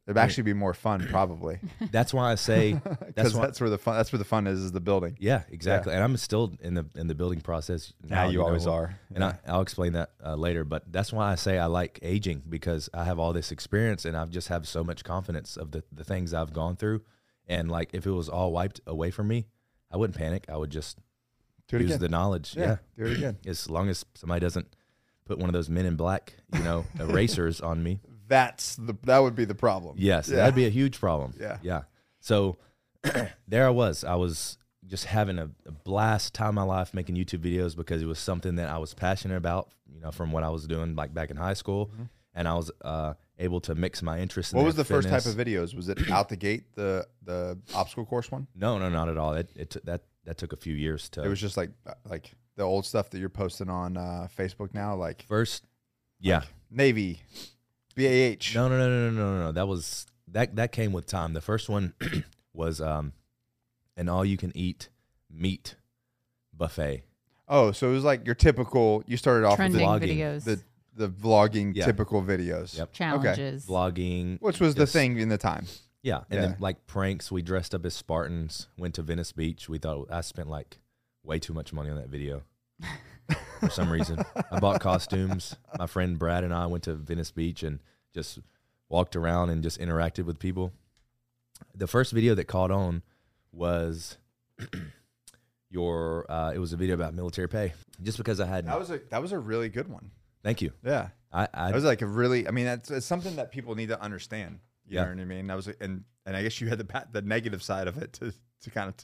Speaker 1: It'd actually be more fun, probably,
Speaker 2: that's why i say *laughs*
Speaker 1: because
Speaker 2: that's why
Speaker 1: that's where the fun that's where the fun is is the building.
Speaker 2: yeah exactly and i'm still in the in the building process
Speaker 1: Now you,
Speaker 2: know,
Speaker 1: always are.
Speaker 2: and I, i'll explain that uh, later but that's why i say i like aging because i have all this experience and i just have so much confidence of the, the things i've gone through and like if it was all wiped away from me i wouldn't panic i would just
Speaker 1: do it
Speaker 2: use
Speaker 1: again.
Speaker 2: the knowledge yeah.
Speaker 1: yeah, do it
Speaker 2: *clears throat*
Speaker 1: again.
Speaker 2: as long as somebody doesn't put one of those men in black, you know,
Speaker 1: *laughs*
Speaker 2: erasers on me.
Speaker 1: That's the that would be the problem.
Speaker 2: Yes,
Speaker 1: Yeah.
Speaker 2: that'd be a huge problem.
Speaker 1: Yeah.
Speaker 2: Yeah. So *clears throat* there I was. I was just having a, a blast time of my life making YouTube videos because it was something that I was passionate about, you know, from what I was doing like back in high school. And I was uh, able to mix my interests. in
Speaker 1: Mm-hmm. What
Speaker 2: there,
Speaker 1: was the first type
Speaker 2: fitness.
Speaker 1: of videos? Was it out the gate the the obstacle course one?
Speaker 2: No, no, not at all. It, it took that that took a few years to
Speaker 1: It was just like uh, like the old stuff that you're posting on uh, Facebook now, like
Speaker 2: first. Yeah.
Speaker 1: Navy, BAH.
Speaker 2: No, no, no, no, no, no, no. That was that that came with time. The first one *clears throat* was um an all you can eat meat buffet.
Speaker 1: Oh, so it was like your typical. You started off
Speaker 3: Trending
Speaker 1: with
Speaker 2: vlogging,
Speaker 1: the,
Speaker 3: videos,
Speaker 1: the the vlogging
Speaker 2: Yeah.
Speaker 1: typical videos,
Speaker 2: Yep.
Speaker 3: challenges.
Speaker 2: Vlogging.
Speaker 1: which was the
Speaker 2: just-
Speaker 1: thing in the time.
Speaker 2: Yeah.
Speaker 1: Yeah.
Speaker 2: And then like pranks. We dressed up as Spartans, went to Venice Beach. We thought I spent like way too much money on that
Speaker 1: *laughs*
Speaker 2: video. For some reason. I bought costumes. My friend Brad and I went to Venice Beach and just walked around and just interacted with people. The first video that caught on was *clears throat* your uh, it was a video about military pay. Just because I had
Speaker 1: That was a that was a really good one.
Speaker 2: thank you.
Speaker 1: Yeah,
Speaker 2: I, I
Speaker 1: that was like a really. I mean, that's it's something that people need to understand. You know
Speaker 2: Yeah.
Speaker 1: what I mean? That was and and I guess you had the pa- the negative side of it to to kind of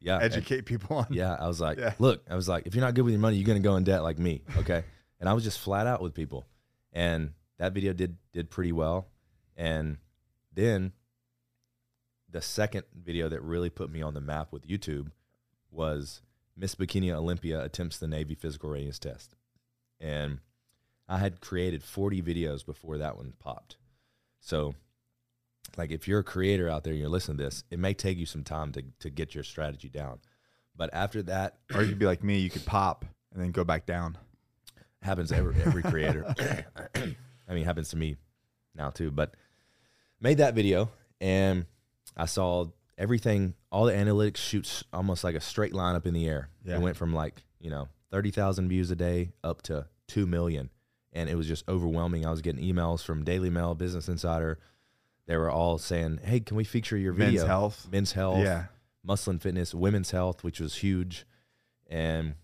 Speaker 2: yeah Uh, and-
Speaker 1: educate people on.
Speaker 2: Yeah, I was like,
Speaker 1: Yeah.
Speaker 2: look, I was like, if you're not good with your money, you're gonna go in debt like me, okay? *laughs* and I was just flat out with people, and that video did did pretty well. And then the second video that really put me on the map with YouTube was Miss Bikini Olympia attempts the Navy physical readiness test, and I had created 40 videos before that one popped. So, like, if you're a creator out there and you're listening to this, it may take you some time to to get your strategy down. But after that,
Speaker 1: Or you could be like me. You could pop and then go back down.
Speaker 2: happens to every, every creator. *coughs* I mean, happens to me now too. But made that video and I saw everything. All the analytics shoots almost like a straight line up in the air.
Speaker 1: Yeah.
Speaker 2: It went from like you know thirty thousand views a day up to two million, and it was just overwhelming. I was getting emails from Daily Mail, Business Insider. They were all saying, "Hey, can we feature your video?"
Speaker 1: Men's health.
Speaker 2: men's health,
Speaker 1: Yeah.
Speaker 2: muscle and fitness, women's health, which was huge. And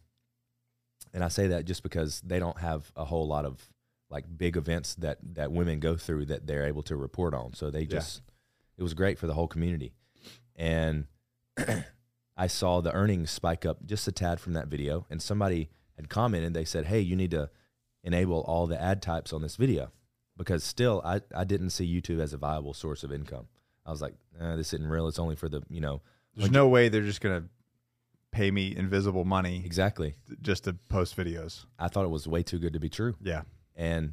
Speaker 2: and I say that just because they don't have a whole lot of like big events that that women go through that they're able to report on. So they just it was great for the whole community. And *clears throat* I saw the earnings spike up just a tad from that video and somebody had commented they said, "Hey, you need to enable all the ad types on this video." Because still I I didn't see YouTube as a viable source of income. I was like, eh, this isn't real. It's only for the, you know,
Speaker 1: There's no way they're just gonna pay me invisible money
Speaker 2: Exactly.
Speaker 1: just to post videos.
Speaker 2: I thought it was way too good to be true.
Speaker 1: Yeah.
Speaker 2: And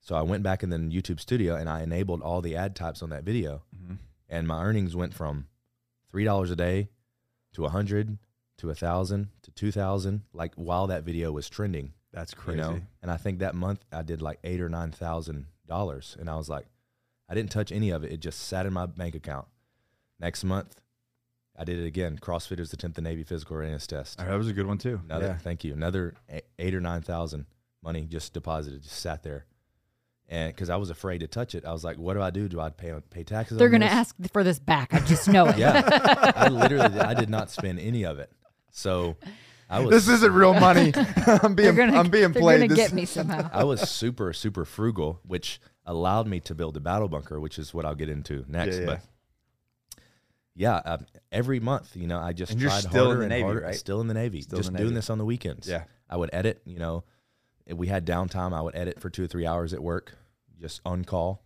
Speaker 2: so I went back in the YouTube studio and I enabled all the ad types on that video.
Speaker 1: Mhm.
Speaker 2: And my earnings went from $3 a day to 100 to 1000 to 2000 like while that video was trending,
Speaker 1: That's crazy.
Speaker 2: you know. And I think that month I did like 8 or 9000 dollars and I was like I didn't touch any of it. It just sat in my bank account. Next month I did it again. CrossFitters attempt the Navy physical readiness test.
Speaker 1: All right, that was a good one too.
Speaker 2: Another thank you. Another e- eight or nine thousand money just deposited, just sat there, and because I was afraid to touch it, I was like, "What do I do? Do I pay pay taxes?"
Speaker 3: They're
Speaker 2: on
Speaker 3: gonna
Speaker 2: this?
Speaker 3: ask for
Speaker 1: *laughs*
Speaker 3: *laughs* this back. I just know it.
Speaker 2: Yeah, I literally I did not spend any of it. So I was
Speaker 1: This isn't real
Speaker 2: *laughs*
Speaker 1: money. I'm
Speaker 3: They're
Speaker 1: being
Speaker 3: gonna,
Speaker 1: I'm being
Speaker 3: they're
Speaker 1: played.
Speaker 3: Gonna
Speaker 1: This- *laughs*
Speaker 3: get me somehow.
Speaker 2: I was super super frugal, which allowed me to build a battle bunker, which is what I'll get into next.
Speaker 1: yeah.
Speaker 2: But yeah, um, every month, you know, I just
Speaker 1: And you're
Speaker 2: tried
Speaker 1: still in
Speaker 2: harder
Speaker 1: the
Speaker 2: and
Speaker 1: Navy,
Speaker 2: harder.
Speaker 1: right?
Speaker 2: Still in the Navy,
Speaker 1: Still in
Speaker 2: just
Speaker 1: the
Speaker 2: doing
Speaker 1: Navy.
Speaker 2: this on the weekends.
Speaker 1: Yeah.
Speaker 2: I would edit. You know, if we had downtime, I would edit for two or three hours at work, just on call.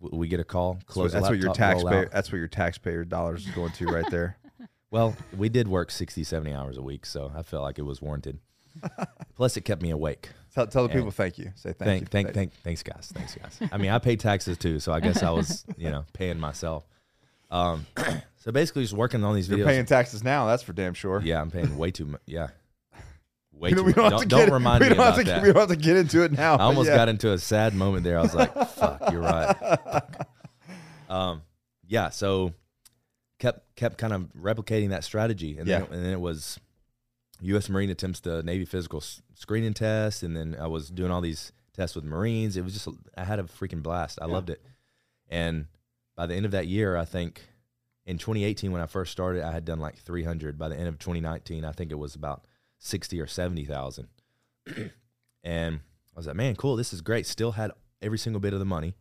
Speaker 2: W- We get a call,
Speaker 1: So
Speaker 2: close.
Speaker 1: that's
Speaker 2: a
Speaker 1: what your
Speaker 2: laptop, roll
Speaker 1: taxpayer
Speaker 2: out.
Speaker 1: that's what your taxpayer dollars is going to right
Speaker 3: *laughs*
Speaker 1: there.
Speaker 2: Well, we did work 60, 70 hours a week, so I felt like it
Speaker 1: *laughs*
Speaker 2: was warranted. Plus, it kept me awake.
Speaker 1: Tell, tell the
Speaker 2: And
Speaker 1: people thank you. Say thank, you.
Speaker 2: Thank, thank, thank, thanks, guys. Thanks, guys. I mean, I paid taxes too, so I guess I was,
Speaker 1: *laughs*
Speaker 2: you know, paying myself. Um, so basically, just working on these
Speaker 1: You're
Speaker 2: videos.
Speaker 1: paying taxes now. That's for damn sure. *laughs*
Speaker 2: yeah, I'm paying way too much. Yeah,
Speaker 1: We
Speaker 2: way too
Speaker 1: don't,
Speaker 2: much.
Speaker 1: have
Speaker 2: Don't,
Speaker 1: to
Speaker 2: don't
Speaker 1: get-
Speaker 2: remind
Speaker 1: we
Speaker 2: me
Speaker 1: don't have
Speaker 2: about
Speaker 1: to,
Speaker 2: that.
Speaker 1: We don't have to get into it now.
Speaker 2: I almost got into a sad moment there. I was like, "Fuck, you're right."
Speaker 1: *laughs*
Speaker 2: Fuck. Um, yeah. So kept kept kind of replicating that strategy, and
Speaker 1: Yeah.
Speaker 2: then and then it was U.S. Marine attempts the Navy physical s- screening test, and then I was doing all these tests with Marines. It was just a- I had a freaking blast. I
Speaker 1: Yeah.
Speaker 2: loved it, and by the end of that year, I think. In 2018, when I first started, I had done like 300. By the end of 2019, I think it was about 60 or 70,000. *clears throat* and I was like, man, cool, this is great. Still had every single bit of the money.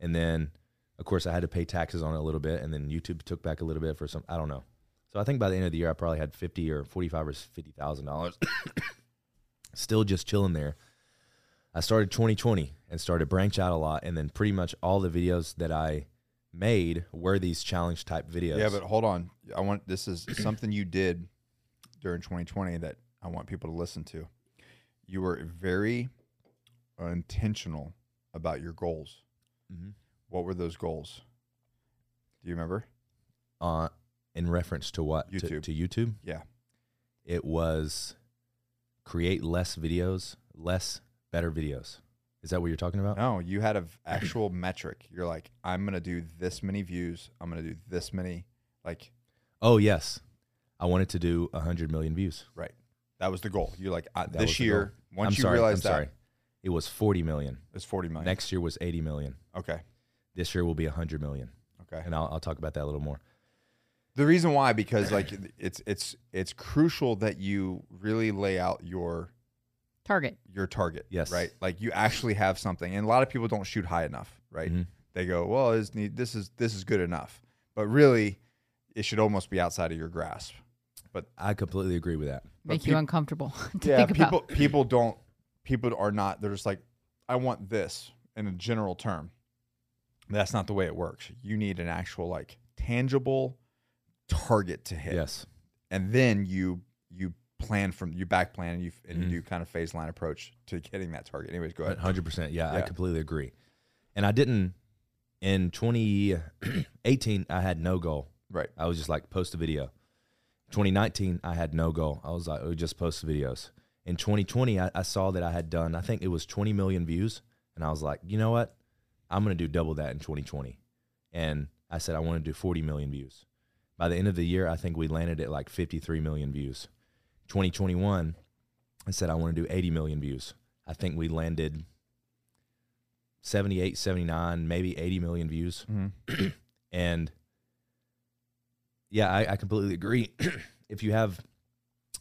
Speaker 2: And then, of course, I had to pay taxes on it a little bit. And then YouTube took back a little bit for some, I don't know. So I think by the end of the year, I probably had 50 or 45 or $50,000. *coughs* Still just chilling there. I started 2020 and started branch out a lot. And then pretty much all the videos that I made were these challenge type videos.
Speaker 1: Yeah, but hold on. I want this is *clears throat* something you did during 2020 that I want people to listen to. You were very intentional about your goals.
Speaker 2: Mhm.
Speaker 1: What were those goals? Do you remember?
Speaker 2: uh, in reference to what? To-
Speaker 1: YouTube.
Speaker 2: To, YouTube?
Speaker 1: Yeah.
Speaker 2: It was create less videos, less better videos. Is that what you're talking about?
Speaker 1: No, you had an *coughs* actual metric. You're like, I'm gonna do this many views. I'm gonna do this many. Like
Speaker 2: Oh, yes. I wanted to do 100 million views.
Speaker 1: that was the goal. You're like I,
Speaker 2: That was
Speaker 1: this
Speaker 2: the
Speaker 1: year. Once
Speaker 2: I'm
Speaker 1: you
Speaker 2: sorry.
Speaker 1: realize
Speaker 2: I'm
Speaker 1: that
Speaker 2: sorry. It was 40 million.
Speaker 1: it's 40 million.
Speaker 2: Next year was 80 million.
Speaker 1: Okay.
Speaker 2: This year will be 100 million.
Speaker 1: Okay.
Speaker 2: And I'll, I'll talk about that a little more.
Speaker 1: The reason why because
Speaker 3: *clears throat*
Speaker 1: like it's it's it's crucial that you really lay out your
Speaker 3: Target.
Speaker 1: your target.
Speaker 2: Yes.
Speaker 1: Right. Like you actually have something, and a lot of people don't shoot high enough. Right.
Speaker 3: Mm-hmm.
Speaker 2: Mhm.
Speaker 1: They go, well, is need this is this is good enough, but really, it should almost be outside of your grasp.
Speaker 2: I completely agree with that.
Speaker 1: But
Speaker 3: Make
Speaker 1: peop-
Speaker 3: you uncomfortable *laughs* to
Speaker 1: yeah.
Speaker 3: think
Speaker 1: People
Speaker 3: about.
Speaker 1: people don't people are not. They're just like, I want this in a general term. That's not the way it works. You need an actual like tangible target to hit.
Speaker 2: Yes.
Speaker 1: and then you you plan from you back plan and you and
Speaker 2: Mhm.
Speaker 1: you do kind of phase line approach to hitting that target. Anyways, go ahead.
Speaker 2: Hundred percent. Yeah, I
Speaker 1: Yeah.
Speaker 2: completely agree. And I didn't in twenty eighteen. I had no goal.
Speaker 1: Right.
Speaker 2: I was just like post a video. Twenty nineteen, I had no goal. I was like, oh, just post videos. In twenty twenty, I, I saw that I had done. I think it was twenty million views, and I was like, you know what? I'm gonna do double that in twenty twenty. And I said I want to do forty million views. By the end of the year, I think we landed at like fifty three million views. Twenty twenty one, I said I want to do eighty million views. I think we landed 78, 79, maybe 80 million views.
Speaker 1: Mhm.
Speaker 2: And yeah, I, I completely agree. *clears throat* if you have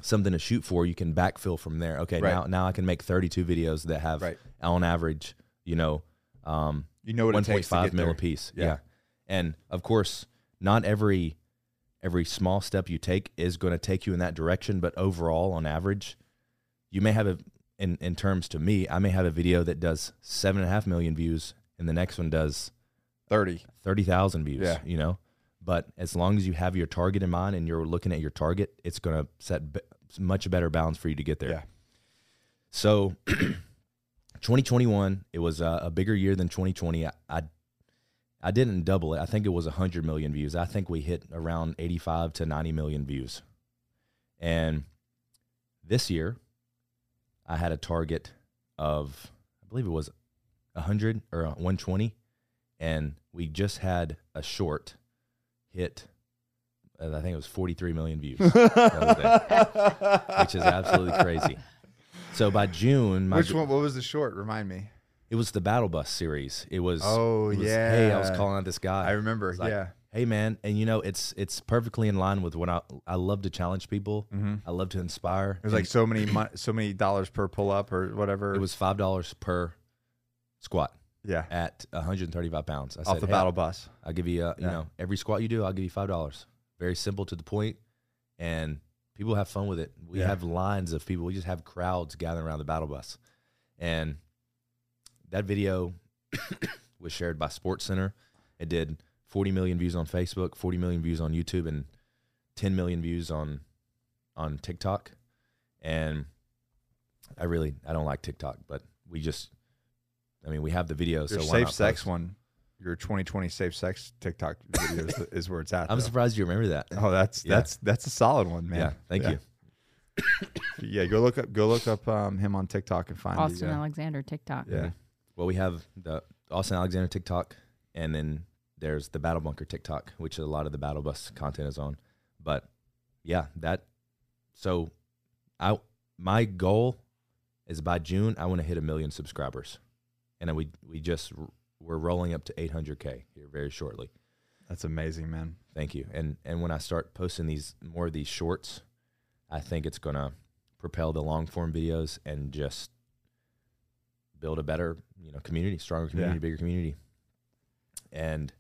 Speaker 2: something to shoot for, you can backfill from there. Okay,
Speaker 1: Right.
Speaker 2: now now I can make 32 videos that have
Speaker 1: Right.
Speaker 2: on average, you know, um,
Speaker 1: You know what it takes to
Speaker 2: 1.5
Speaker 1: get
Speaker 2: mil
Speaker 1: there.
Speaker 2: a piece.
Speaker 1: Yeah.
Speaker 2: Yeah. And of course, not every every small step you take is going to take you in that direction, but overall on average, you may have a in, in terms to me, I may have a video that does seven and a half million views and the next one does
Speaker 1: Thirty.
Speaker 2: thirty thousand views.
Speaker 1: Yeah.
Speaker 2: You know? But as long as you have your target in mind and you're looking at your target, it's gonna set b- much better bounds for you to get there.
Speaker 1: Yeah.
Speaker 2: So *clears throat* 2021, it was a, a bigger year than 2020. I, I I didn't double it. I think it was 100 million views. I think we hit around 85 to 90 million views. And this year, I had a target of I believe it was 100 or 120 and we just had a short hit and I think it was 43 million views,
Speaker 1: *laughs*
Speaker 2: which is absolutely crazy. So by June, my
Speaker 1: Which one? What was the short? Remind me.
Speaker 2: it was the Battle Bus series. It was
Speaker 1: Oh,
Speaker 2: it was, Hey, I was
Speaker 1: yeah.
Speaker 2: calling out this guy.
Speaker 1: I remember.
Speaker 2: It's like,
Speaker 1: yeah.
Speaker 2: Hey man, and you know it's it's perfectly in line with what I I love to challenge people.
Speaker 1: Mm-hmm.
Speaker 2: I love to inspire.
Speaker 1: It was like so many mon- so many dollars per pull up or whatever.
Speaker 2: it was five dollars per squat
Speaker 1: yeah
Speaker 2: at 135 pounds. I
Speaker 1: off the
Speaker 2: "Hey,
Speaker 1: battle bus.
Speaker 2: I'll give you, uh, you
Speaker 1: Yeah.
Speaker 2: know, every squat you do, I'll give you five dollars. Very simple to the point, and people have fun with it. We
Speaker 1: Yeah.
Speaker 2: have lines of people. We just have crowds gathering around the battle bus, and that video *coughs* was shared by Sports Center. It did 40 million views on Facebook, 40 million views on YouTube, and 10 million views on on TikTok. And I really, I don't like TikTok, but we just, I mean, we have the video,
Speaker 1: Your
Speaker 2: so why
Speaker 1: safe
Speaker 2: not
Speaker 1: sex
Speaker 2: post?
Speaker 1: one, your 2020 safe sex
Speaker 2: *laughs*
Speaker 1: TikTok video is, is where it's at.
Speaker 2: I'm
Speaker 1: though.
Speaker 2: surprised you remember that.
Speaker 1: Oh, that's
Speaker 2: Yeah.
Speaker 1: that's that's a solid one, man.
Speaker 2: Yeah, thank you.
Speaker 1: Yeah, go look up go look up um, him on TikTok and find
Speaker 3: Austin
Speaker 1: the, uh,
Speaker 3: Alexander TikTok.
Speaker 1: yeah.
Speaker 2: Well, we have the Austin Alexander TikTok, and then there's the Battle Bunker TikTok, which a lot of the Battle Bus content is on. But yeah, that. So, I my goal is by June I want to hit a million subscribers, and then we we just we're rolling up to 800k here very shortly.
Speaker 1: That's amazing, man.
Speaker 2: Thank you. And and when I start posting these more of these shorts, I think it's gonna propel the long form videos and just build a better, you know, community, stronger community,
Speaker 1: Yeah.
Speaker 2: bigger community. And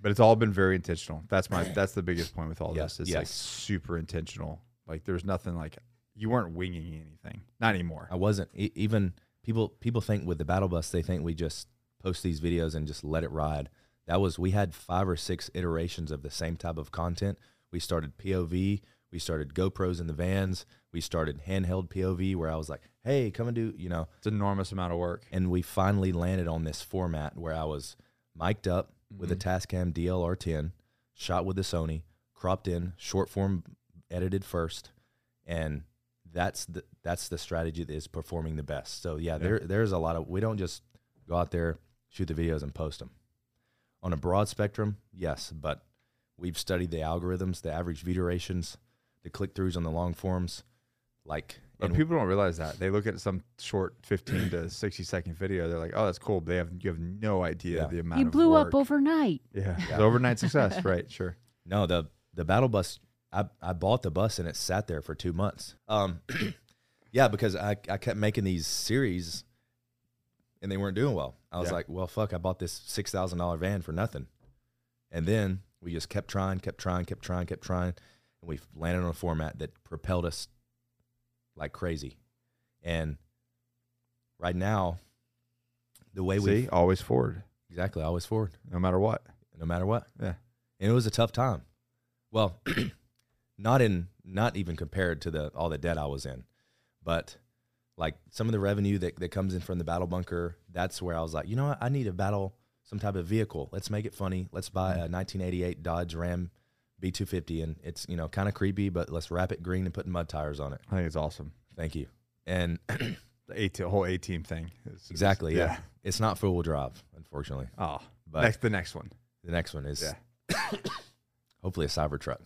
Speaker 1: But it's all been very intentional. That's my that's the biggest point with all
Speaker 2: Yeah,
Speaker 1: this. It's like
Speaker 2: yes.
Speaker 1: super intentional. Like there's nothing like you weren't winging anything. Not anymore.
Speaker 2: I wasn't e- even people people think with the battle bus they think we just post these videos and just let it ride. That was we had five or six iterations of the same type of content. We started POV, we started GoPros in the vans, we started handheld POV where I was like, "Hey, come and do," you know,
Speaker 1: It's an enormous amount of work.
Speaker 2: and we finally landed on this format where I was mic'd up with a
Speaker 1: Mhm.
Speaker 2: Tascam DLR10, shot with the Sony, cropped in, short form edited first, and that's the that's the strategy that is performing the best. So yeah,
Speaker 1: Yeah.
Speaker 2: there there's a lot of we don't just go out there, shoot the videos and post them. On a broad spectrum, yes, but we've studied the algorithms, the average view durations, the click throughs on the long forms, like
Speaker 1: But
Speaker 2: and-
Speaker 1: people don't realize that. They look at some short 15 to 60 second video. They're like, "Oh, that's cool." But they have you have no idea
Speaker 2: Yeah.
Speaker 1: the amount
Speaker 3: You
Speaker 1: of
Speaker 3: blew
Speaker 1: work.
Speaker 3: up overnight.
Speaker 1: Yeah.
Speaker 2: Yeah.
Speaker 1: The overnight success,
Speaker 3: *laughs*
Speaker 1: right? Sure.
Speaker 2: No, the the battle bus. I, I bought the bus and it sat there for two months. Um, *clears throat* yeah, because I, I kept making these series, and they weren't doing well. I was
Speaker 1: Yeah.
Speaker 2: like, well, fuck, I bought this six thousand dollar van for nothing. And then we just kept trying, kept trying, kept trying, kept trying, and we landed on a format that propelled us like crazy. And right now, the way
Speaker 1: See,
Speaker 2: we
Speaker 1: always forward,
Speaker 2: exactly always forward
Speaker 1: no matter what.
Speaker 2: no matter what.
Speaker 1: Yeah.
Speaker 2: And it was a tough time. Well, *clears throat* not in not even compared to the all the debt I was in, but like some of the revenue that, that comes in from the battle bunker, that's where I was like, you know what, I need a battle some type of vehicle. Let's make it funny. Let's buy
Speaker 1: Mm-hmm.
Speaker 2: a 1988 Dodge Ram B250 and it's, you know, kind of creepy, but let's wrap it green and put mud tires on it.
Speaker 1: I think it's awesome.
Speaker 2: Thank you. And *clears throat*
Speaker 1: The A team, whole A team thing. is- is-
Speaker 2: exactly, yeah. It's not four wheel drive, unfortunately.
Speaker 1: Oh,
Speaker 2: But
Speaker 1: next the next one.
Speaker 2: The next one is
Speaker 1: Yeah.
Speaker 2: *coughs* hopefully a Cybertruck.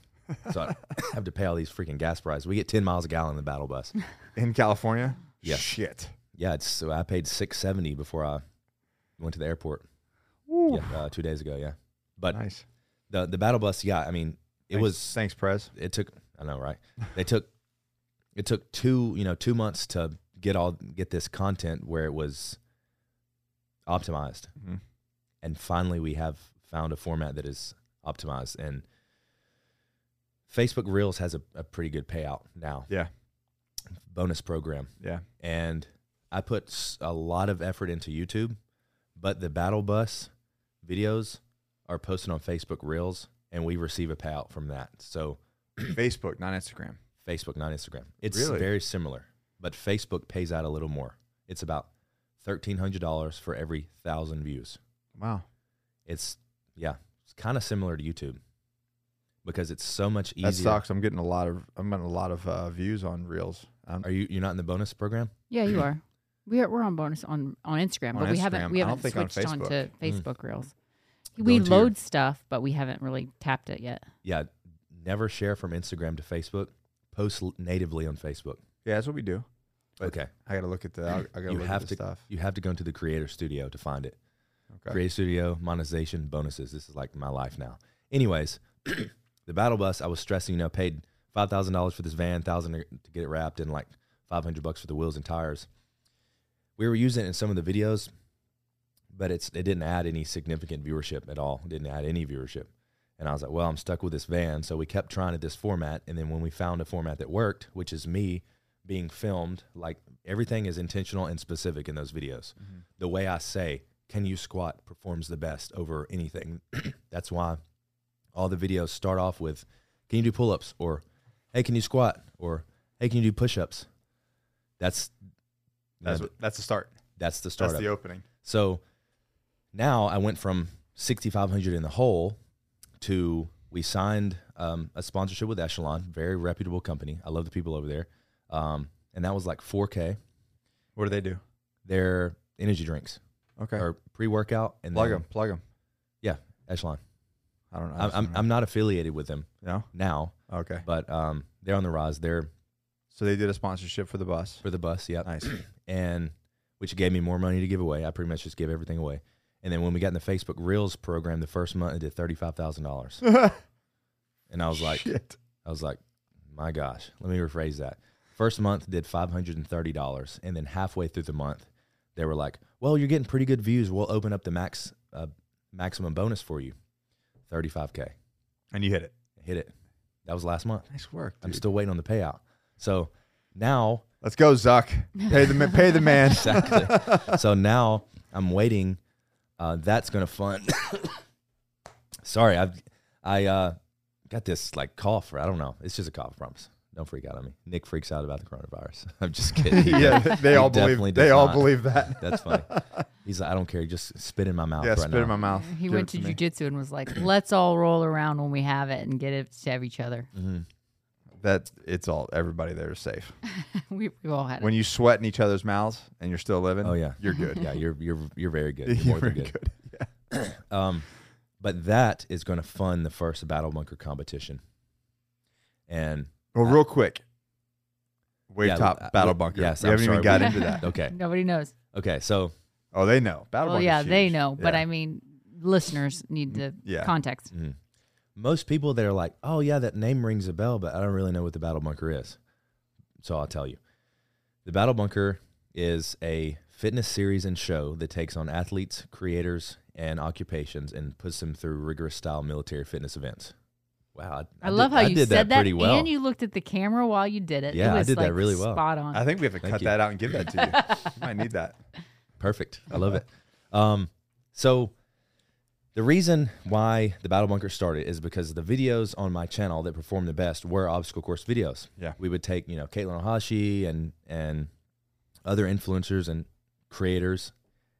Speaker 2: So I *laughs* have to pay all these freaking gas prices. We get 10 miles a gallon in the battle
Speaker 1: *laughs*
Speaker 2: bus.
Speaker 1: In California?
Speaker 2: Yeah.
Speaker 1: Shit.
Speaker 2: Yeah, it's, so I paid 670 before I went to the airport yeah, uh, two days ago. Yeah. But
Speaker 1: Nice.
Speaker 2: the, the battle bus, yeah, I mean, it
Speaker 1: Thanks-
Speaker 2: was
Speaker 1: Thanks, Prez.
Speaker 2: it took I know right they took it took two you know two months to get all get this content where it was optimized
Speaker 1: Mhm.
Speaker 2: and finally we have found a format that is optimized and Facebook Reels has a, a pretty good payout now
Speaker 1: Yeah.
Speaker 2: bonus program *clears throat*
Speaker 1: Yeah.
Speaker 2: and I put s- a lot of effort into YouTube, but the Battle Bus videos are posted on Facebook Reels, and we receive a payout from that. So
Speaker 1: Facebook, not Instagram.
Speaker 2: Facebook, not Instagram. It's
Speaker 1: Really?
Speaker 2: very similar, but Facebook pays out a little more. It's about thirteen hundred dollars for every thousand views.
Speaker 1: Wow.
Speaker 2: It's yeah, it's kind of similar to YouTube because it's so much easier.
Speaker 1: That sucks. I'm getting a lot of I'm getting a lot of uh, views on reels. Um,
Speaker 2: Are you you're not in the bonus program?
Speaker 3: Yeah, you are. We are, we're on bonus on, on Instagram,
Speaker 1: On
Speaker 3: but we haven't
Speaker 1: Instagram.
Speaker 3: we
Speaker 1: I don't
Speaker 3: haven't
Speaker 1: think on
Speaker 3: switched on,
Speaker 2: Mm.
Speaker 3: to Facebook Reels.
Speaker 2: Go
Speaker 3: We
Speaker 2: into your-
Speaker 3: load stuff, but we haven't really tapped it yet.
Speaker 2: Yeah, never share from Instagram to Facebook. Post l- natively on Facebook.
Speaker 1: yeah, that's what we do. But-
Speaker 2: okay.
Speaker 1: I got to look at the. I got to
Speaker 2: You
Speaker 1: look
Speaker 2: have
Speaker 1: at the
Speaker 2: to-
Speaker 1: stuff.
Speaker 2: You have to go into the creator studio to find it.
Speaker 1: Okay.
Speaker 2: Creator studio, monetization, bonuses. This is like my life now. Anyways, *clears throat* the battle bus, I was stressing, you know, paid five thousand dollars for this van, thousand to get it wrapped, and like five hundred bucks for the wheels and tires. We were using it in some of the videos, but it's it didn't add any significant viewership at all. It didn't add any viewership. And I was like, well, I'm stuck with this van. So we kept trying at this format. And then when we found a format that worked, which is me being filmed, like everything is intentional and specific in those videos.
Speaker 1: Mm-hmm.
Speaker 2: The way I say, can you squat performs the best over anything. *clears throat* That's why all the videos start off with, can you do pull ups? Or, hey, can you squat? Or, hey, can you do push ups? That's,
Speaker 1: That's
Speaker 2: that's,
Speaker 1: what- that's the start.
Speaker 2: that's the startup.
Speaker 1: That's the opening.
Speaker 2: So now I went from 6,500 in the hole to we signed um, a sponsorship with Echelon, very reputable company. I love the people over there. Um, and that was like 4K.
Speaker 1: What do they do?
Speaker 2: Their energy drinks
Speaker 1: Okay.
Speaker 2: or pre workout and
Speaker 1: plug
Speaker 2: then-
Speaker 1: them. Plug them.
Speaker 2: Echelon.
Speaker 1: I don't know.
Speaker 2: I'm, I'm, I'm not affiliated with them
Speaker 1: no.
Speaker 2: now,
Speaker 1: Okay.
Speaker 2: but um, they're on the rise. They're
Speaker 1: So they did a sponsorship for the bus.
Speaker 2: for the bus. Yep.
Speaker 1: Nice.
Speaker 2: *clears throat* and which gave me more money to give away. I pretty much just gave everything away. And then when we got in the Facebook Reels program, the first month it did thirty five
Speaker 1: *laughs*
Speaker 2: thousand dollars, and I was like,
Speaker 1: Shit.
Speaker 2: I was like, my gosh. Let me rephrase that. First month did five hundred and thirty dollars, and then halfway through the month, they were like, well, you're getting pretty good views. We'll open up the max uh, maximum bonus for you, thirty five k.
Speaker 1: and you hit it.
Speaker 2: Hit it. That was last month.
Speaker 1: Nice work.
Speaker 2: I'm
Speaker 1: dude.
Speaker 2: still waiting on the payout. So now
Speaker 1: Let's go, Zuck. Pay the ma- pay the
Speaker 2: *laughs*
Speaker 1: man.
Speaker 2: exactly. so now I'm waiting. Uh, that's gonna fund. *coughs* Sorry, I've I uh, got this like cough. Or I don't know. It's just a cough. I promise. Don't freak out on me. Nick freaks out about the coronavirus. *laughs* I'm just kidding.
Speaker 1: *laughs*
Speaker 2: He
Speaker 1: yeah,
Speaker 2: does.
Speaker 1: they- they
Speaker 2: He
Speaker 1: all
Speaker 2: definitely
Speaker 1: believe.
Speaker 2: does
Speaker 1: They all
Speaker 2: not.
Speaker 1: believe that.
Speaker 2: That's funny. He's like, I don't care. Just spit in my mouth.
Speaker 1: yeah,
Speaker 2: right
Speaker 1: spit
Speaker 2: now.
Speaker 1: in my mouth.
Speaker 3: He
Speaker 1: Give
Speaker 3: went
Speaker 1: it
Speaker 3: to
Speaker 1: me.
Speaker 3: jujitsu and was like, *clears throat* "Let's all roll around when we have it and get it to have each other." *laughs*
Speaker 2: Mhm.
Speaker 1: That it's all. Everybody there is safe.
Speaker 3: we, we all had it.
Speaker 1: When you sweat in each other's mouths and you're still living,
Speaker 2: Oh yeah,
Speaker 1: you're good.
Speaker 2: *laughs*
Speaker 1: *laughs*
Speaker 2: yeah. You're you're you're very good. You're
Speaker 1: you're
Speaker 2: more than
Speaker 1: pretty
Speaker 2: good.
Speaker 1: good.
Speaker 2: Um, but that is going to fund the first battle bunker competition. And
Speaker 1: Well, real quick, wave
Speaker 2: Yeah,
Speaker 1: top
Speaker 2: uh,
Speaker 1: battle
Speaker 2: we-
Speaker 1: bunker.
Speaker 2: yes,
Speaker 1: we
Speaker 2: I'm
Speaker 1: haven't even
Speaker 2: sorry,
Speaker 1: got
Speaker 2: we-
Speaker 1: into
Speaker 2: *laughs*
Speaker 1: that.
Speaker 2: okay,
Speaker 3: *laughs* Nobody knows.
Speaker 2: okay. So
Speaker 1: Oh, they know battle
Speaker 3: well,
Speaker 1: bunker's
Speaker 3: yeah, they
Speaker 1: huge.
Speaker 3: know, but
Speaker 1: Yeah.
Speaker 3: I mean, listeners need the
Speaker 1: *laughs* yeah.
Speaker 3: context.
Speaker 2: Mm. Most people that are like, oh yeah, that name rings a bell, but I don't really know what the battle bunker is. So I'll tell you. The battle bunker is a fitness series and show that takes on athletes, creators, and occupations and puts them through rigorous style military fitness events. Wow.
Speaker 3: I, love
Speaker 2: did-
Speaker 3: how
Speaker 2: I
Speaker 3: you
Speaker 2: did
Speaker 3: said
Speaker 2: that
Speaker 3: that,
Speaker 2: pretty well.
Speaker 3: and you looked at the camera while you did it. It
Speaker 2: Yeah, I
Speaker 3: was,
Speaker 2: did that
Speaker 3: like,
Speaker 2: really well.
Speaker 3: Spot on.
Speaker 1: I think we have to
Speaker 2: Thank
Speaker 1: cut
Speaker 2: you.
Speaker 1: that out and give that to
Speaker 3: *laughs*
Speaker 1: you. I might need that.
Speaker 2: Perfect. I love it. Um, so the reason why the Battle Bunker started is because the videos on my channel that performed the best were obstacle course videos.
Speaker 1: Yeah.
Speaker 2: We would take, you know, Caitlin Ohashi and and other influencers and creators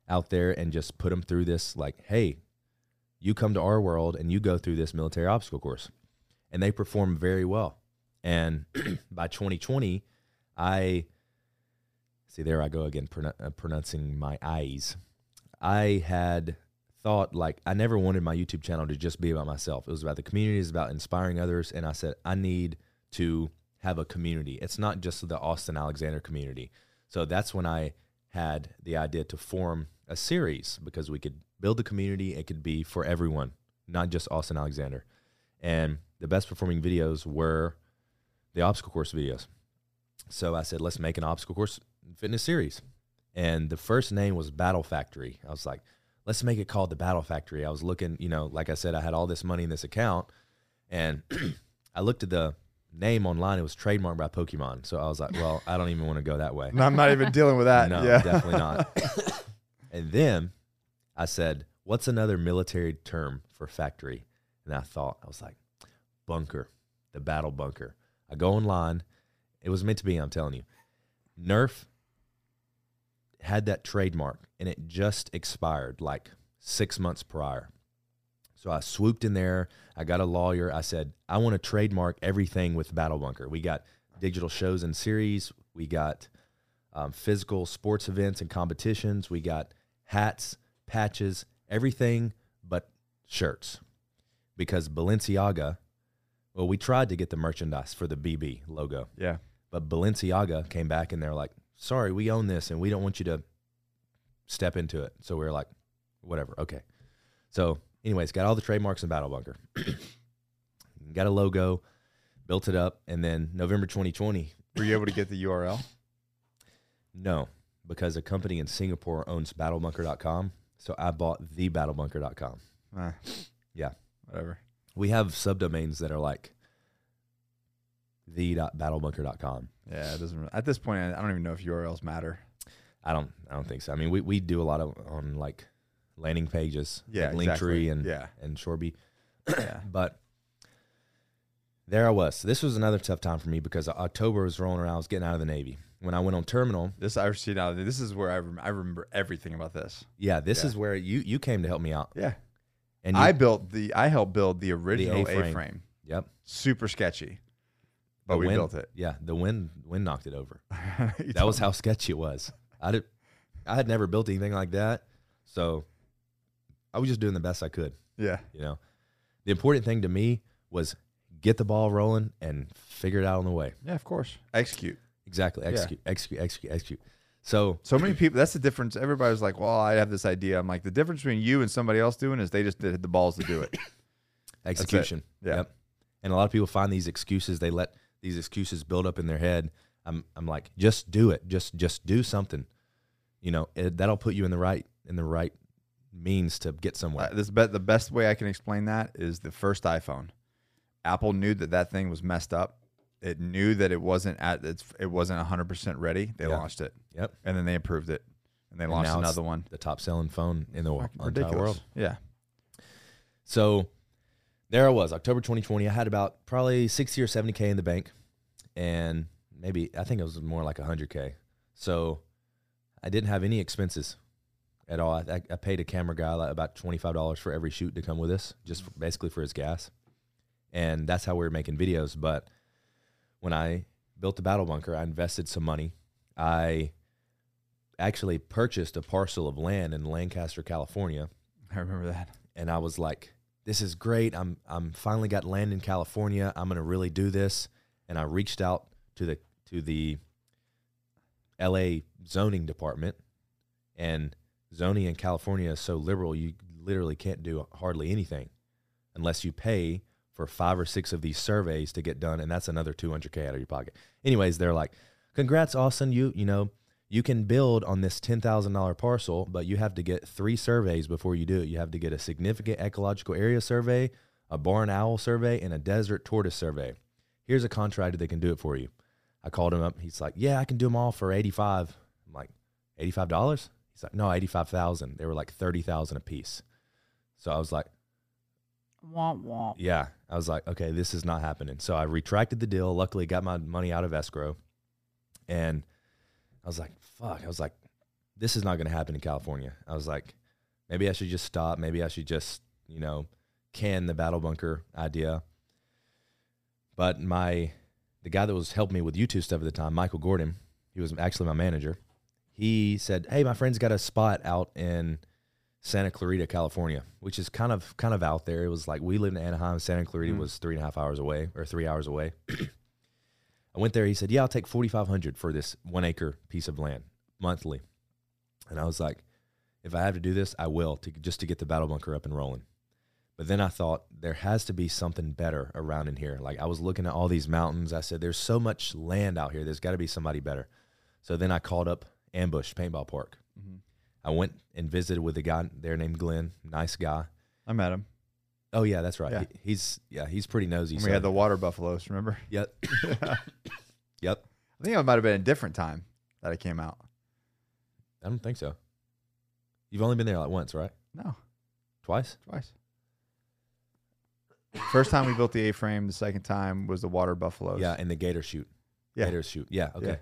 Speaker 2: out there and just put them through this like, hey, you come to our world and you go through this military obstacle course. And they perform very well. And *clears throat* by 2020, I see there I go again pronou- uh, pronouncing my eyes. I had thought like I never wanted my YouTube channel to just be about myself. It was about the community, it was about inspiring others, and I said I need to have a community. It's not just the Austin Alexander community. So that's when I had the idea to form a series because we could build a community. It could be for everyone, not just Austin Alexander. And the best performing videos were the obstacle course videos. So I said, let's make an obstacle course fitness series. And the first name was Battle Factory. I was like, let's make it called the Battle Factory. I was looking, you know, like I said, I had all this money in this account. And *clears throat* I looked at the name online. It was trademarked by Pokemon. So I was like, well, I don't even want to go that way.
Speaker 1: No, I'm not
Speaker 3: *laughs*
Speaker 1: even dealing with that.
Speaker 2: No,
Speaker 1: yeah.
Speaker 2: definitely not. and then I said, What's another military term for factory? And I thought, I was like, Bunker, the battle bunker. I go online. It was meant to be, I'm telling you. Nerf had that trademark and it just expired like six months prior. So I swooped in there. I got a lawyer. I said, I want to trademark everything with Battle Bunker. We got digital shows and series. We got um, physical sports events and competitions. We got hats, patches, everything but shirts. Because Balenciaga, well, we tried to get the merchandise for the BB logo.
Speaker 1: *laughs* Yeah.
Speaker 2: But Balenciaga came back and they're like, sorry, we own this and we don't want you to step into it. So we are like, whatever, okay. So Anyway, it's got all the trademarks in Battle Bunker. *clears throat* got a logo, built it up, and then November 2020.
Speaker 1: Were you able to get the URL?
Speaker 2: No, because a company in Singapore owns BattleBunker.com, so I bought the BattleBunker.com.
Speaker 1: Eh,
Speaker 2: Yeah.
Speaker 1: Whatever.
Speaker 2: We have subdomains that are like the.battlebunker.com.
Speaker 1: Yeah, it doesn't. At this point, I I don't even know if URLs matter.
Speaker 2: I don't I don't think so. I mean, we, we do a lot of on like landing pages,
Speaker 1: Yeah,
Speaker 2: like Linktree
Speaker 1: exactly.
Speaker 2: and *clears throat*
Speaker 1: yeah,
Speaker 2: and Shoreby.
Speaker 1: yeah.
Speaker 2: But there I was. This was another tough time for me because October was rolling around. I was getting out of the Navy. When I went on terminal,
Speaker 1: This I see now. This is where I rem- I remember everything about this.
Speaker 2: yeah, this
Speaker 1: Yeah.
Speaker 2: is where you you came to help me out.
Speaker 1: Yeah,
Speaker 2: And you,
Speaker 1: I built the I helped build the original
Speaker 2: A-frame.
Speaker 1: A-frame.
Speaker 2: yep,
Speaker 1: Super sketchy, but
Speaker 2: The
Speaker 1: we
Speaker 2: wind-
Speaker 1: built it. *laughs*
Speaker 2: Yeah, the wind wind knocked it over.
Speaker 1: You
Speaker 2: that was
Speaker 1: told
Speaker 2: how sketchy it was. I did, I had never built anything like that, so I was just doing the best I could.
Speaker 1: me. yeah.
Speaker 2: You know, the important thing to me was get the ball rolling and figure it out on the way.
Speaker 1: Yeah, of course. Execute.
Speaker 2: Exactly,
Speaker 1: Yeah.
Speaker 2: execute, execute, execute, execute. So
Speaker 1: So many people. That's the difference. Everybody's like, "Well, I have this idea." I'm like, the difference between you and somebody else doing is they just did hit the balls to do
Speaker 2: *coughs*
Speaker 1: it.
Speaker 2: execution.
Speaker 1: Yeah.
Speaker 2: Yep. And a lot of people find these excuses. They let these excuses build up in their head. I'm, I'm like, just do it. Just, just do something. You know, it, that'll put you in the right, in the right means to get
Speaker 1: Uh,
Speaker 2: somewhere.
Speaker 1: this bet the best way I can explain that is the first iPhone. Apple knew that that thing was messed up. It knew that it wasn't at its it wasn't 100 percent ready. They
Speaker 2: Yeah.
Speaker 1: launched it.
Speaker 2: Yep.
Speaker 1: And then they improved it, and they
Speaker 2: And
Speaker 1: launched
Speaker 2: now it's
Speaker 1: another one.
Speaker 2: The top selling phone in the wor-
Speaker 1: Fucking
Speaker 2: entire world.
Speaker 1: Yeah.
Speaker 2: So there I was, October 2020. I had about probably 60 or 70K in the bank and maybe, I think it was more like 100K. So I didn't have any expenses at all. I, I, I paid a camera guy like about $25 for every shoot to come with us, just for, basically for his gas. And that's how we were making videos. But when I built the battle bunker, I invested some money. I actually purchased a parcel of land in Lancaster, California
Speaker 1: I remember that.
Speaker 2: and I was like, "This is great. I'm I'm finally got land in California. I'm gonna really do this." And I reached out to the to the L.A. zoning department, and zoning in California is so liberal, you literally can't do hardly anything unless you pay for five or six of these surveys to get done, and that's another 200k out of your pocket. Anyways, they're like, "Congrats, Austin. You you know." you can build on this $10,000 parcel, but you have to get three surveys before you do it. You have to get a significant ecological area survey, a barn owl survey, and a desert tortoise survey. Here's a contractor that can do it for you. I called him up. He's like, "Yeah, I can do them all for 85." I'm like, "$85?" He's like, "No, 85,000." They were like 30,000 a piece. So I was like,
Speaker 3: Womp womp.
Speaker 2: yeah. I was like, okay, this is not happening. So I retracted the deal. Luckily, got my money out of escrow. And I was like, fuck. I was like, this is not going to happen in California. I was like, maybe I should just stop. Maybe I should just, you know, can the battle bunker idea. But my, the guy that was helping me with YouTube stuff at the time, Michael Gordon, he was actually my manager. He said, hey, my friend's got a spot out in Santa Clarita, California, which is kind of kind of out there. It was like we lived in Anaheim. Santa Clarita
Speaker 1: Mm.
Speaker 2: was three and a half hours away or three hours away. *clears throat* I went there. He said, "Yeah, I'll take forty five hundred for this one acre piece of land monthly." And I was like, "If I have to do this, I will to just to get the battle bunker up and rolling." But then I thought there has to be something better around in here. Like I was looking at all these mountains. I said, "There's so much land out here. There's got to be somebody better." So then I called up Ambush Paintball Park.
Speaker 1: Mhm.
Speaker 2: I went and visited with a guy there named Glenn, nice guy.
Speaker 1: I met him.
Speaker 2: Oh yeah, that's right.
Speaker 1: Yeah.
Speaker 2: He- he's yeah, he's pretty nosy.
Speaker 1: When
Speaker 2: so-
Speaker 1: we had the water buffaloes. Remember?
Speaker 2: yep, *laughs* yep.
Speaker 1: I think it might have been a different time that it came out.
Speaker 2: I don't think so. You've only been there like once, right?
Speaker 1: No,
Speaker 2: Twice?
Speaker 1: twice. First time we built the A-frame. The second time was the water buffaloes.
Speaker 2: Yeah, in the gator shoot.
Speaker 1: Yeah.
Speaker 2: Gator shoot. Yeah. Okay.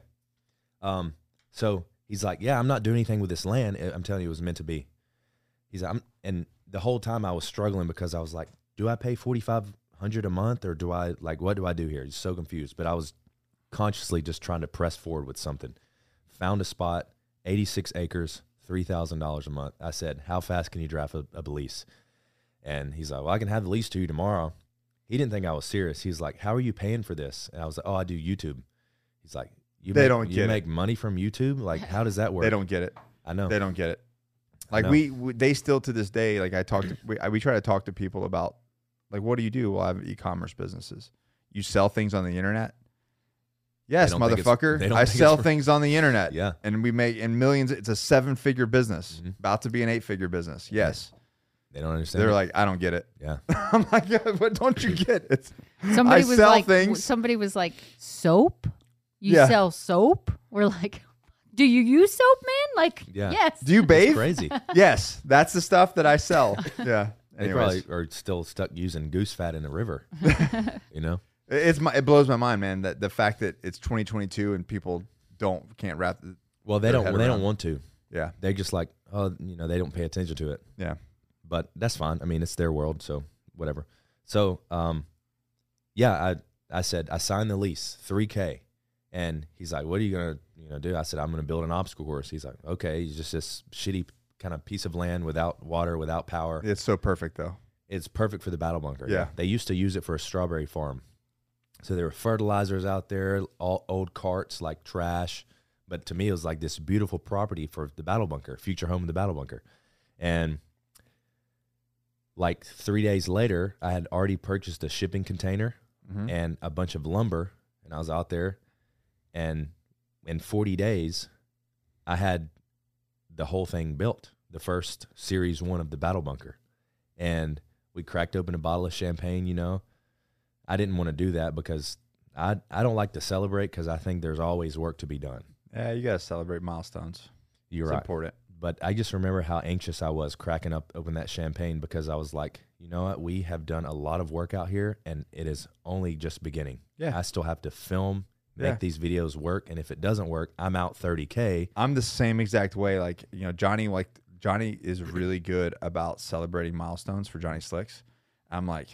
Speaker 2: Um. So he's like, "Yeah, I'm not doing anything with this land. I- I'm telling you, it was meant to be." He's like, "I'm," and the whole time I was struggling because I was like, "Do I pay forty five hundred a month or do I like what do I do here?" Just so confused. But I was consciously just trying to press forward with something. Found a spot, eighty six acres, three thousand dollars a month. I said, "How fast can you draft a, a lease?" And he's like, "Well, I can have the lease to you tomorrow." He didn't think I was serious. He's like, "How are you paying for this?" And I was like, "Oh, I do YouTube." He's like, "You
Speaker 1: They
Speaker 2: make,
Speaker 1: don't
Speaker 2: you
Speaker 1: get it.
Speaker 2: make money from YouTube? Like, how does that work?"
Speaker 1: They don't get it.
Speaker 2: I know.
Speaker 1: They don't get it. Like
Speaker 2: know.
Speaker 1: we, we, they still to this day, like I talk to, we, I, we try to talk to people about, like, what do you do? Well, I have e-commerce businesses. You sell things on the internet. Yes,
Speaker 2: don't think it's- they
Speaker 1: motherfucker.
Speaker 2: don't
Speaker 1: I
Speaker 2: think it's
Speaker 1: sell
Speaker 2: for-
Speaker 1: things on the internet.
Speaker 2: Yeah. Mm-hmm.
Speaker 1: and we make in millions. It's a seven-figure business, about to be an eight-figure business. Yes,
Speaker 2: They don't understand.
Speaker 1: they're
Speaker 2: it.
Speaker 1: like, I don't get it. *laughs*
Speaker 2: yeah.
Speaker 1: I'm like, yeah, what don't
Speaker 2: *laughs*
Speaker 1: you get? It's
Speaker 3: Somebody
Speaker 1: I
Speaker 3: was
Speaker 1: sell
Speaker 3: like,
Speaker 1: things.
Speaker 3: somebody was like, soap. You
Speaker 1: Yeah.
Speaker 3: sell soap? We're like, do you use soap, man? Like,
Speaker 2: Yeah.
Speaker 3: yes.
Speaker 1: do you bathe?
Speaker 2: Crazy.
Speaker 1: Yes, that's the stuff that I
Speaker 2: *laughs*
Speaker 1: sell. Yeah.
Speaker 2: They
Speaker 1: Anyways,
Speaker 2: probably are still stuck using goose fat in the river. you know?
Speaker 1: It- it's my, it blows my mind, man. That the fact that it's 2022 and people don't can't wrap.
Speaker 2: Well, they
Speaker 1: Their
Speaker 2: don't.
Speaker 1: head
Speaker 2: They
Speaker 1: around.
Speaker 2: don't want to.
Speaker 1: Yeah,
Speaker 2: They're just like, oh, you know, they don't pay attention to it.
Speaker 1: yeah.
Speaker 2: But that's fine. I mean, it's their world, so whatever. So, um, yeah, I I said I signed the lease, three k, and he's like, what are you gonna you know do? I said I'm gonna build an obstacle course. He's like, okay, it's just this shitty kind of piece of land without water, without power.
Speaker 1: It's so perfect though.
Speaker 2: It's perfect for the battle bunker.
Speaker 1: Yeah.
Speaker 2: They used to use it for a strawberry farm. So there were fertilizers out there, all old carts like trash. But to me, it was like this beautiful property for the battle bunker, future home of the battle bunker. And like three days later, I had already purchased a shipping container
Speaker 1: Mhm.
Speaker 2: and a bunch of lumber. And I was out there. And in 40 days, I had the whole thing built, the first series one of the battle bunker. And we cracked open a bottle of champagne, you know. I didn't want to do that because I I don't like to celebrate because I think there's always work to be done.
Speaker 1: Yeah, you gotta celebrate milestones.
Speaker 2: You're
Speaker 1: it's
Speaker 2: right.
Speaker 1: important.
Speaker 2: But I just remember how anxious I was cracking up open that champagne because I was like, you know what, we have done a lot of work out here and it is only just beginning.
Speaker 1: Yeah.
Speaker 2: I still have to film, make
Speaker 1: Yeah.
Speaker 2: these videos work, and if it doesn't work, I'm out 30k.
Speaker 1: I'm the same exact way. Like you know, Johnny like Johnny is really good about celebrating milestones for Johnny Slicks. I'm like,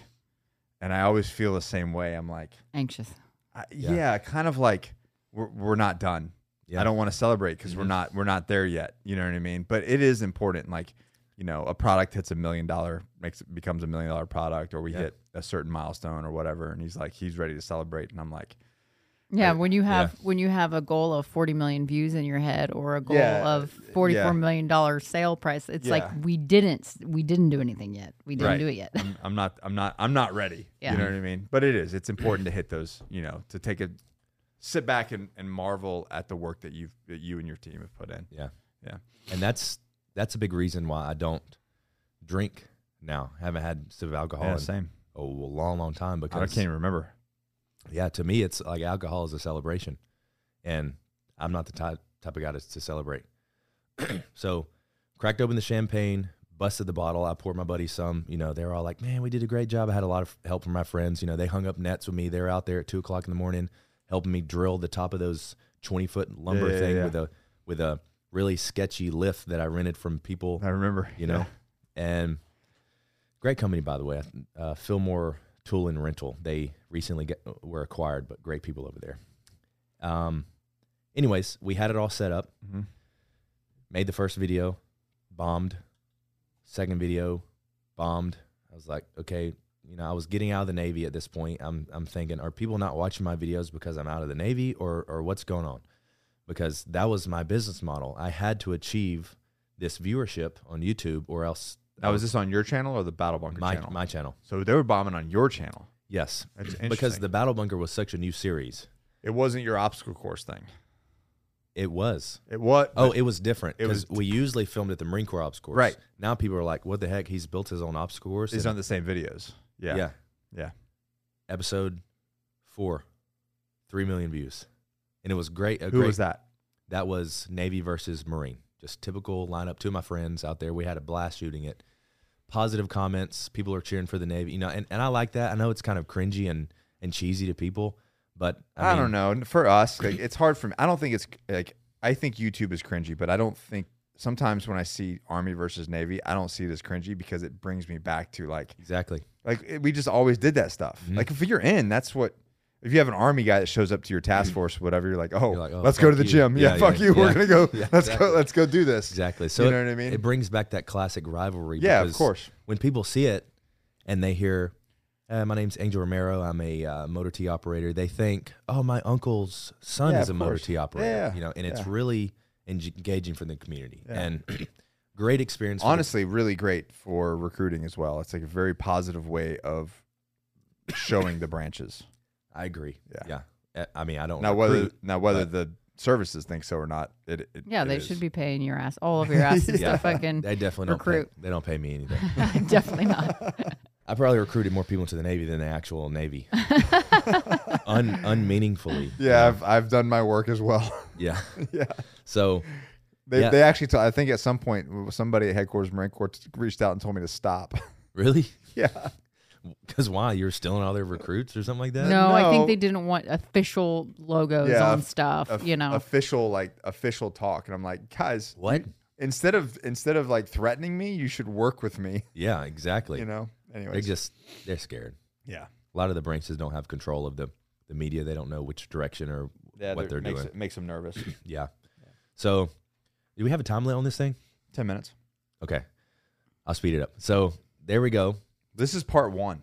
Speaker 1: and I always feel the same way. I'm like,
Speaker 3: Anxious.
Speaker 1: I, yeah.
Speaker 2: Yeah.
Speaker 1: kind of like we're, we're not done. I
Speaker 2: Yeah. Mm-hmm.
Speaker 1: don't want to celebrate because we're not we're not there yet. You know what I mean? But it is important. Like you know, a product hits a million dollar makes becomes a million dollar product, or we
Speaker 2: Yeah.
Speaker 1: hit a certain milestone or whatever. And he's like, he's ready to celebrate, and I'm like,
Speaker 3: Yeah, when you have when you have a goal of 40 million views in your head or a goal
Speaker 1: Yeah,
Speaker 3: of 44
Speaker 1: yeah.
Speaker 3: million dollar sale price, it's
Speaker 1: Yeah.
Speaker 3: like we didn't we didn't do anything yet. We didn't
Speaker 1: Right.
Speaker 3: do it yet. *laughs*
Speaker 1: I'm, I'm not I'm not I'm not ready.
Speaker 3: Yeah.
Speaker 1: You know what I mean? But it is. It's important to hit those. You know, to take a sit back and, and marvel at the work that you've that you and your team have put in.
Speaker 2: Yeah.
Speaker 1: Yeah.
Speaker 2: And that's that's a big reason why I don't drink now. haven't had a sip of alcohol
Speaker 1: Yeah,
Speaker 2: in
Speaker 1: same.
Speaker 2: a long, long time
Speaker 1: I
Speaker 2: because
Speaker 1: can't even remember.
Speaker 2: yeah, to me, it's like alcohol is a celebration, and I'm not the type type of guy to, to celebrate. *clears throat* so, cracked open the champagne, busted the bottle. I poured my buddy some. You know, they were all like, "Man, we did a great job." I had a lot of help from my friends. You know, they hung up nets with me. They were out there at two o'clock in the morning, helping me drill the top of those twenty foot lumber
Speaker 1: Yeah, yeah,
Speaker 2: thing
Speaker 1: yeah.
Speaker 2: with a with a really sketchy lift that I rented from people
Speaker 1: I remember.
Speaker 2: you know, and great company by the way. Uh, Fillmore Tool and Rental. They recently get, uh, were acquired, but great people over there. Um, anyways, we had it all set up.
Speaker 1: Mhm.
Speaker 2: Made the first video, bombed. Second video, bombed. I was like, okay, you know, I was getting out of the Navy at this point. I'm I'm thinking, are people not watching my videos because I'm out of the Navy, or or what's going on? Because that was my business model. I had to achieve this viewership on YouTube, or else
Speaker 1: Now, was this on your channel or the Battle Bunker
Speaker 2: Oh. my
Speaker 1: channel?
Speaker 2: my channel.
Speaker 1: so they were bombing on your channel.
Speaker 2: Yes,
Speaker 1: That's
Speaker 2: because
Speaker 1: interesting.
Speaker 2: the Battle Bunker was such a new series.
Speaker 1: it wasn't your obstacle course thing.
Speaker 2: It was.
Speaker 1: It what?
Speaker 2: Oh, it was different
Speaker 1: It was-
Speaker 2: because we usually filmed at the Marine Corps obstacle course.
Speaker 1: Right.
Speaker 2: now, people are like, "What the heck? He's built his own obstacle course."
Speaker 1: it's
Speaker 2: And-
Speaker 1: on the same videos. Yeah.
Speaker 2: yeah,
Speaker 1: Yeah.
Speaker 2: Episode four, three million views, and it was great. A
Speaker 1: Who
Speaker 2: great,
Speaker 1: was that?
Speaker 2: That was Navy versus Marine. Just typical lineup. Two of my friends out there. We had a blast shooting it. Positive comments. People are cheering for the Navy. You know, and, and I like that. I know it's kind of cringy and and cheesy to people, but
Speaker 1: I,
Speaker 2: mean,
Speaker 1: don't know. For us, like, it's hard for me. I don't think it's like I think YouTube is cringy, but I don't think sometimes when I see Army versus Navy, I don't see it as cringy because it brings me back to like
Speaker 2: Exactly.
Speaker 1: like it- we just always did that stuff.
Speaker 2: Mm-hmm.
Speaker 1: Like if you're in, that's what. If you have an army guy that shows up to your task force, whatever, you're like, oh,
Speaker 2: Mm. You're like, oh,
Speaker 1: let's go to
Speaker 2: fuck
Speaker 1: the
Speaker 2: you.
Speaker 1: gym. Yeah,
Speaker 2: Yeah,
Speaker 1: fuck
Speaker 2: yeah,
Speaker 1: you. We're
Speaker 2: yeah.
Speaker 1: gonna go.
Speaker 2: *laughs* Yeah,
Speaker 1: let's
Speaker 2: exactly.
Speaker 1: go. Let's go do this.
Speaker 2: Exactly. So
Speaker 1: you
Speaker 2: it-
Speaker 1: know what I mean?
Speaker 2: It brings back that classic rivalry.
Speaker 1: Yeah, of
Speaker 2: because
Speaker 1: course.
Speaker 2: When people see it and they hear, uh, "My name's Angel Romero. I'm a uh, motor T operator," they think, "Oh, my uncle's son
Speaker 1: Yeah,
Speaker 2: is a
Speaker 1: of
Speaker 2: motor
Speaker 1: course.
Speaker 2: T operator."
Speaker 1: Yeah,
Speaker 2: You know, and it's
Speaker 1: yeah.
Speaker 2: really eng- engaging for the community.
Speaker 1: Yeah.
Speaker 2: And *clears throat* great experience. for the-
Speaker 1: honestly really great for recruiting as well. It's like a very positive way of showing the
Speaker 2: *laughs*
Speaker 1: branches.
Speaker 2: I agree.
Speaker 1: Yeah.
Speaker 2: Yeah. Uh, I mean, I don't
Speaker 1: Now whether
Speaker 2: recruit.
Speaker 1: now whether the services think so or not, it, it
Speaker 3: Yeah,
Speaker 1: it
Speaker 3: they
Speaker 1: is.
Speaker 3: should be paying your ass, all of your
Speaker 1: *laughs*
Speaker 3: asses
Speaker 2: Yeah.
Speaker 3: to
Speaker 2: *laughs*
Speaker 3: fucking *laughs*
Speaker 2: they definitely don't
Speaker 3: recruit.
Speaker 2: Pay, they don't pay me anything.
Speaker 3: *laughs*
Speaker 1: *laughs*
Speaker 3: definitely not.
Speaker 2: I probably recruited more people into the Navy than the actual Navy. Un unmeaningfully.
Speaker 1: *laughs* Yeah, I've I've done my work as well. *laughs*
Speaker 2: Yeah.
Speaker 1: yeah.
Speaker 2: So
Speaker 1: They,
Speaker 2: Yeah.
Speaker 1: they actually, t- I think at some point, somebody at headquarters Marine Corps t- reached out and told me to stop. *laughs*
Speaker 2: really,
Speaker 1: yeah.
Speaker 2: because why you're stealing all their recruits or something like that?
Speaker 3: No, I
Speaker 1: No.
Speaker 3: think they didn't want official logos
Speaker 1: Yeah,
Speaker 3: on
Speaker 1: of-
Speaker 3: stuff.
Speaker 1: Of-
Speaker 3: you know,
Speaker 1: official, like official talk. And I'm like, guys,
Speaker 2: What?
Speaker 1: instead of, instead of like threatening me, you should work with me, *laughs*
Speaker 2: Yeah, exactly.
Speaker 1: you know? Anyways.
Speaker 2: They just they're scared.
Speaker 1: yeah.
Speaker 2: A lot of the branches don't have control of the the media. They don't know which direction or what they're doing.
Speaker 1: makes them
Speaker 2: *clears throat*
Speaker 1: nervous.
Speaker 2: Yeah. So, do we have a time limit on this thing?
Speaker 1: 10 minutes.
Speaker 2: Okay, I'll speed it up. So there we go.
Speaker 1: This is part one.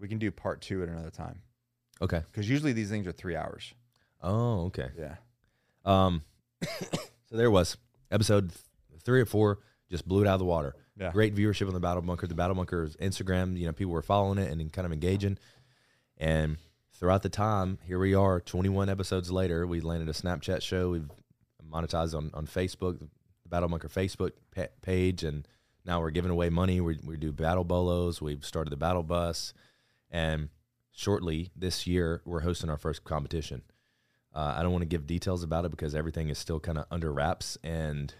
Speaker 1: We can do part two at another time.
Speaker 2: Okay.
Speaker 1: Because usually these things are three hours.
Speaker 2: Oh, okay.
Speaker 1: Yeah.
Speaker 2: Um, *coughs* so there was episode th- three or four. Just blew it out of the water.
Speaker 1: Yeah.
Speaker 2: Great viewership on the Battle Bunker. The Battle Bunker's Instagram, you know, people were following it and then kind of engaging. And throughout the time, here we are, 21 episodes later. We landed a Snapchat show. We've monetized on, on Facebook, the Battle Bunker Facebook pa- page. And now we're giving away money. We, we do battle bolos. We've started the Battle Bus. And shortly this year, we're hosting our first competition. Uh, I don't want to give details about it because everything is still kind of under wraps and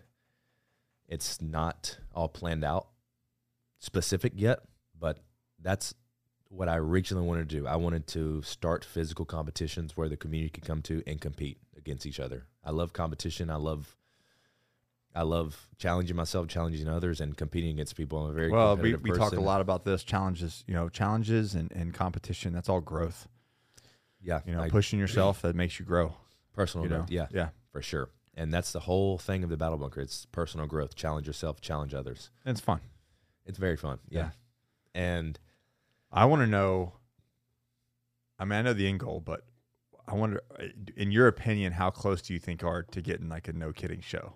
Speaker 2: it's not all planned out specific yet. But that's what I originally wanted to do. I wanted to start physical competitions where the community could come to and compete against each other. I love competition. I love. I love challenging myself, challenging others, and competing against people. I'm a very
Speaker 1: Well, we,
Speaker 2: competitive
Speaker 1: we talked a
Speaker 2: person.
Speaker 1: lot about this challenges, you know, challenges and, and competition. That's all growth.
Speaker 2: Yeah,
Speaker 1: You know,
Speaker 2: like
Speaker 1: pushing yourself that makes you grow.
Speaker 2: personal
Speaker 1: you know?
Speaker 2: growth. Yeah,
Speaker 1: Yeah.
Speaker 2: for sure. And that's the whole thing of the battle bunker. It's personal growth. Challenge yourself. Challenge others.
Speaker 1: It's fun.
Speaker 2: It's very fun. Yeah. And
Speaker 1: I want to know. I mean, I know the end goal, but I wonder, uh, in your opinion, how close do you think are to getting like a no kidding show?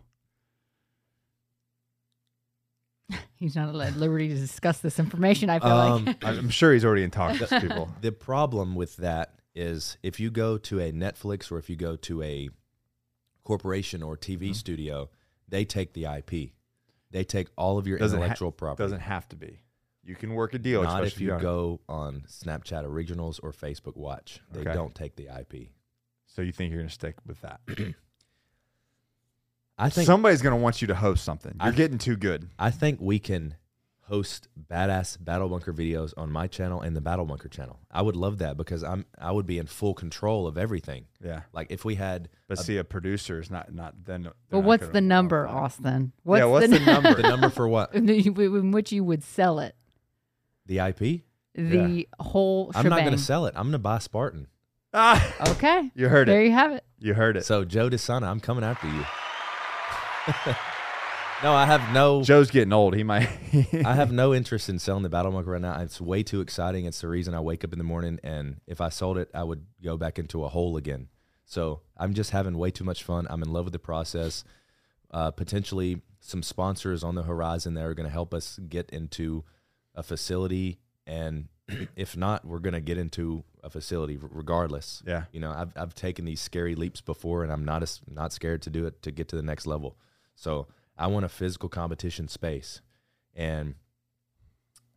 Speaker 3: he's not at liberty to discuss this information. I feel like
Speaker 2: um, *laughs*
Speaker 1: I'm I'm sure he's already in talks with people.
Speaker 2: the problem with that is if you go to a Netflix or if you go to a corporation or TV
Speaker 1: Mm-hmm.
Speaker 2: studio, they take the IP. They take all of your
Speaker 1: Doesn't ha-
Speaker 2: intellectual property.
Speaker 1: Doesn't have to be. You can work a deal.
Speaker 2: not
Speaker 1: especially
Speaker 2: if you
Speaker 1: don't-
Speaker 2: go on Snapchat Originals or Facebook Watch. They
Speaker 1: Okay.
Speaker 2: don't take the IP.
Speaker 1: So you think you're going to stick with that?
Speaker 2: I think
Speaker 1: Somebody's going to want you to host something.
Speaker 2: I
Speaker 1: You're getting too good.
Speaker 2: I think we can host badass battle bunker videos on my channel and the battle bunker channel. I would love that because I'm I would be in full control of everything.
Speaker 1: Yeah.
Speaker 2: Like if we had
Speaker 1: But see, a producer is not not then. they're
Speaker 3: But
Speaker 1: not
Speaker 3: what's
Speaker 1: gonna
Speaker 3: the
Speaker 1: want
Speaker 3: number,
Speaker 1: that.
Speaker 3: Austin? What's
Speaker 1: yeah. What's the, number?
Speaker 2: the number for what
Speaker 3: *laughs* in which you would sell it?
Speaker 2: the IP,
Speaker 3: The whole
Speaker 2: I'm
Speaker 3: shebang.
Speaker 2: not going to sell it. I'm going to buy Spartan.
Speaker 1: Ah, *laughs*
Speaker 3: Okay,
Speaker 1: you heard
Speaker 3: there
Speaker 1: it.
Speaker 3: you have it.
Speaker 1: You heard it.
Speaker 2: So Joe Desana, I'm coming after you. *laughs* no, I have no.
Speaker 1: Joe's getting old. He might. *laughs*
Speaker 2: I have no interest in selling the battle bunker right now. It's way too exciting. It's the reason I wake up in the morning, and if I sold it, I would go back into a hole again. So I'm just having way too much fun. I'm in love with the process. Uh, potentially some sponsors on the horizon that are going to help us get into a facility, and *clears throat* if not, we're going to get into a facility r- regardless.
Speaker 1: yeah.
Speaker 2: You know, I've I've taken these scary leaps before, and I'm not as, not scared to do it to get to the next level. So I want a physical competition space, and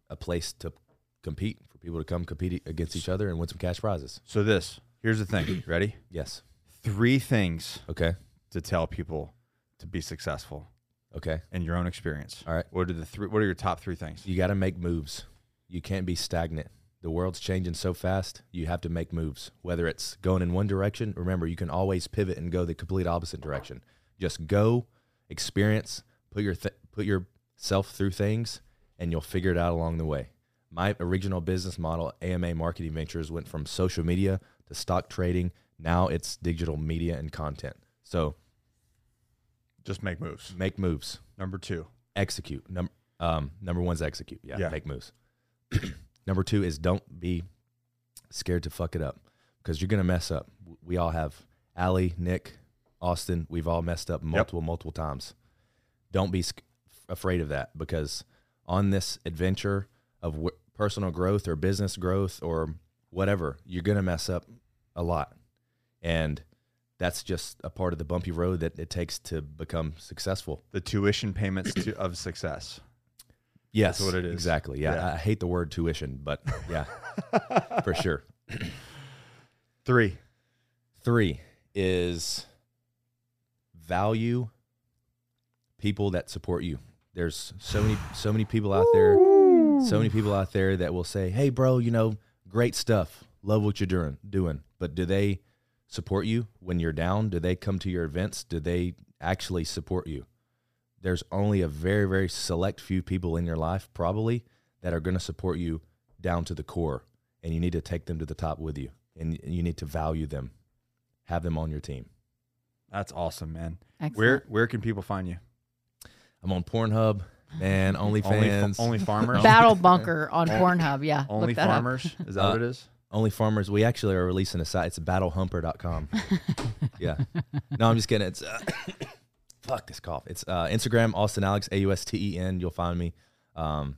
Speaker 2: a place to compete for people to come compete against each other and win some cash prizes.
Speaker 1: So this here's the thing. Ready?
Speaker 2: Yes.
Speaker 1: Three things
Speaker 2: Okay.
Speaker 1: to tell people to be successful
Speaker 2: Okay.
Speaker 1: in your own experience.
Speaker 2: All right.
Speaker 1: What are the three? What are your top three things?
Speaker 2: You got to make moves. You can't be stagnant. The world's changing so fast. You have to make moves. Whether it's going in one direction, remember you can always pivot and go the complete opposite direction. Just go, experience, put your th- put yourself through things, and you'll figure it out along the way. My original business model, AMA Marketing Ventures, went from social media to stock trading. Now it's digital media and content. So
Speaker 1: Just make moves.
Speaker 2: make moves.
Speaker 1: Number two.
Speaker 2: execute. Num- um, number one's execute. Yeah,
Speaker 1: Yeah.
Speaker 2: make moves. *clears throat* number two is don't be scared to fuck it up because you're gonna mess up. W- We all have. Allie, Nick, Austin, we've all messed up multiple, multiple times. Don't be. sc- afraid of that because on this adventure of w- personal growth or business growth or whatever, you're going to mess up a lot. And that's just a part of the bumpy road that it takes to become successful.
Speaker 1: The tuition payments to, of success.
Speaker 2: Yes,
Speaker 1: what it is.
Speaker 2: Exactly. Yeah,
Speaker 1: Yeah.
Speaker 2: I hate the word tuition, but
Speaker 1: *laughs*
Speaker 2: yeah, for sure.
Speaker 1: Three.
Speaker 2: Three is value people that support you. There's so many, so many people out there, so many people out there that will say, "Hey, bro, you know, great stuff. Love what you're doing, doing." But do they support you when you're down? Do they come to your events? Do they actually support you? There's only a very, very select few people in your life, probably, that are going to support you down to the core, and you need to take them to the top with you, and and you need to value them, have them on your team.
Speaker 1: That's awesome, man.
Speaker 3: Excellent.
Speaker 1: Where where can people find you?
Speaker 2: I'm on Pornhub, man.
Speaker 1: Only fa-
Speaker 2: OnlyFans,
Speaker 3: *laughs*
Speaker 1: only farmers.
Speaker 3: Battle Bunker
Speaker 1: *laughs*
Speaker 3: on
Speaker 1: Only-
Speaker 3: Pornhub. Yeah,
Speaker 1: only
Speaker 3: look that up.
Speaker 1: farmers. Is
Speaker 2: Uh,
Speaker 1: that what it is?
Speaker 2: Only Farmers. We actually are releasing a site.
Speaker 1: *laughs*
Speaker 2: It's battlehumper.com. yeah. No, I'm just kidding. It's uh, *coughs* fuck this cough. It's uh, Instagram Austin Alex A U S T E N. You'll find me. Um,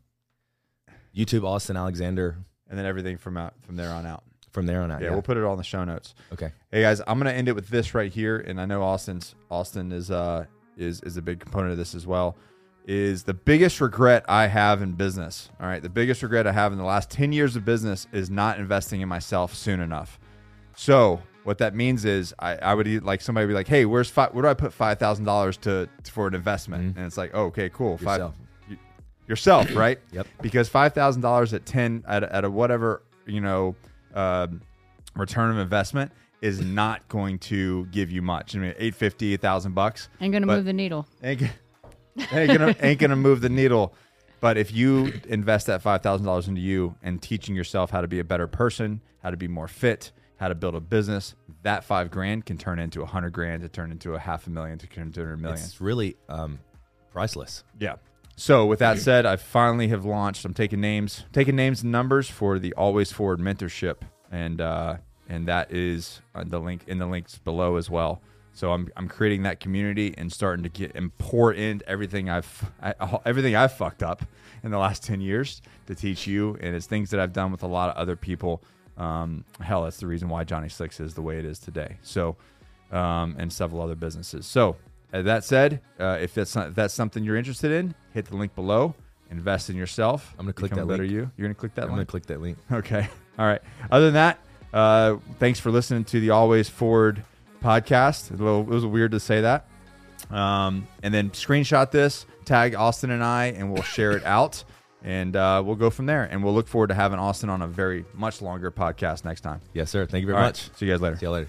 Speaker 2: YouTube Austin Alexander.
Speaker 1: And then everything from out from there on out.
Speaker 2: From there on out.
Speaker 1: Yeah,
Speaker 2: Yeah.
Speaker 1: we'll put it all in the show notes.
Speaker 2: okay.
Speaker 1: Hey guys, I'm gonna end it with this right here, and I know Austin's Austin is uh is is a big component of this as well. Is the biggest regret I have in business. All right, the biggest regret I have in the last 10 years of business is not investing in myself soon enough. So what that means is I, I would eat, like somebody would be like, hey, where's five, where do I put five thousand dollars to for an investment? And it's like, oh, okay, cool,
Speaker 2: Mm-hmm. Yourself.
Speaker 1: y- yourself, right?
Speaker 2: Yep.
Speaker 1: Because five thousand dollars at ten at a, at a whatever you know um, return of investment is not going to give you much. I mean, eight fifty, a thousand bucks
Speaker 3: I'm gonna
Speaker 1: But-
Speaker 3: move the needle.
Speaker 1: ain't, gonna- ain't gonna ain't gonna move the needle. But if you invest that five thousand dollars into you and teaching yourself how to be a better person, how to be more fit, how to build a business, that five grand can turn into a hundred grand, to turn into a half a million, to turn into a million.
Speaker 2: It's really um, priceless.
Speaker 1: Yeah. So with that said, I finally have launched. I'm taking names, taking names and numbers for the Always Forward Mentorship, and uh, and that is on the link in the links below as well. So I'm, I'm creating that community and starting to get and pour into everything I've I, everything I've fucked up in the last ten years to teach you, and it's things that I've done with a lot of other people. Um, hell, that's the reason why Johnny Slicks is the way it is today. So um, and several other businesses. So, uh, that said, uh, if that's not, if that's something you're interested in, hit the link below. Invest in yourself.
Speaker 2: I'm gonna click
Speaker 1: become a
Speaker 2: that
Speaker 1: better
Speaker 2: link.
Speaker 1: you. You're gonna click that
Speaker 2: I'm gonna
Speaker 1: link. *laughs*
Speaker 2: click that link.
Speaker 1: okay. All right. Other than that, uh, thanks for listening to the Always Forward podcast. A little, it was weird to say that. Um, and then screenshot this, tag Austin and I, and we'll share it out. And uh, we'll go from there. And we'll look forward to having Austin on a very much longer podcast next time.
Speaker 2: Yes, sir. Thank you very
Speaker 1: All right.
Speaker 2: much.
Speaker 1: See you guys later.
Speaker 2: See you later.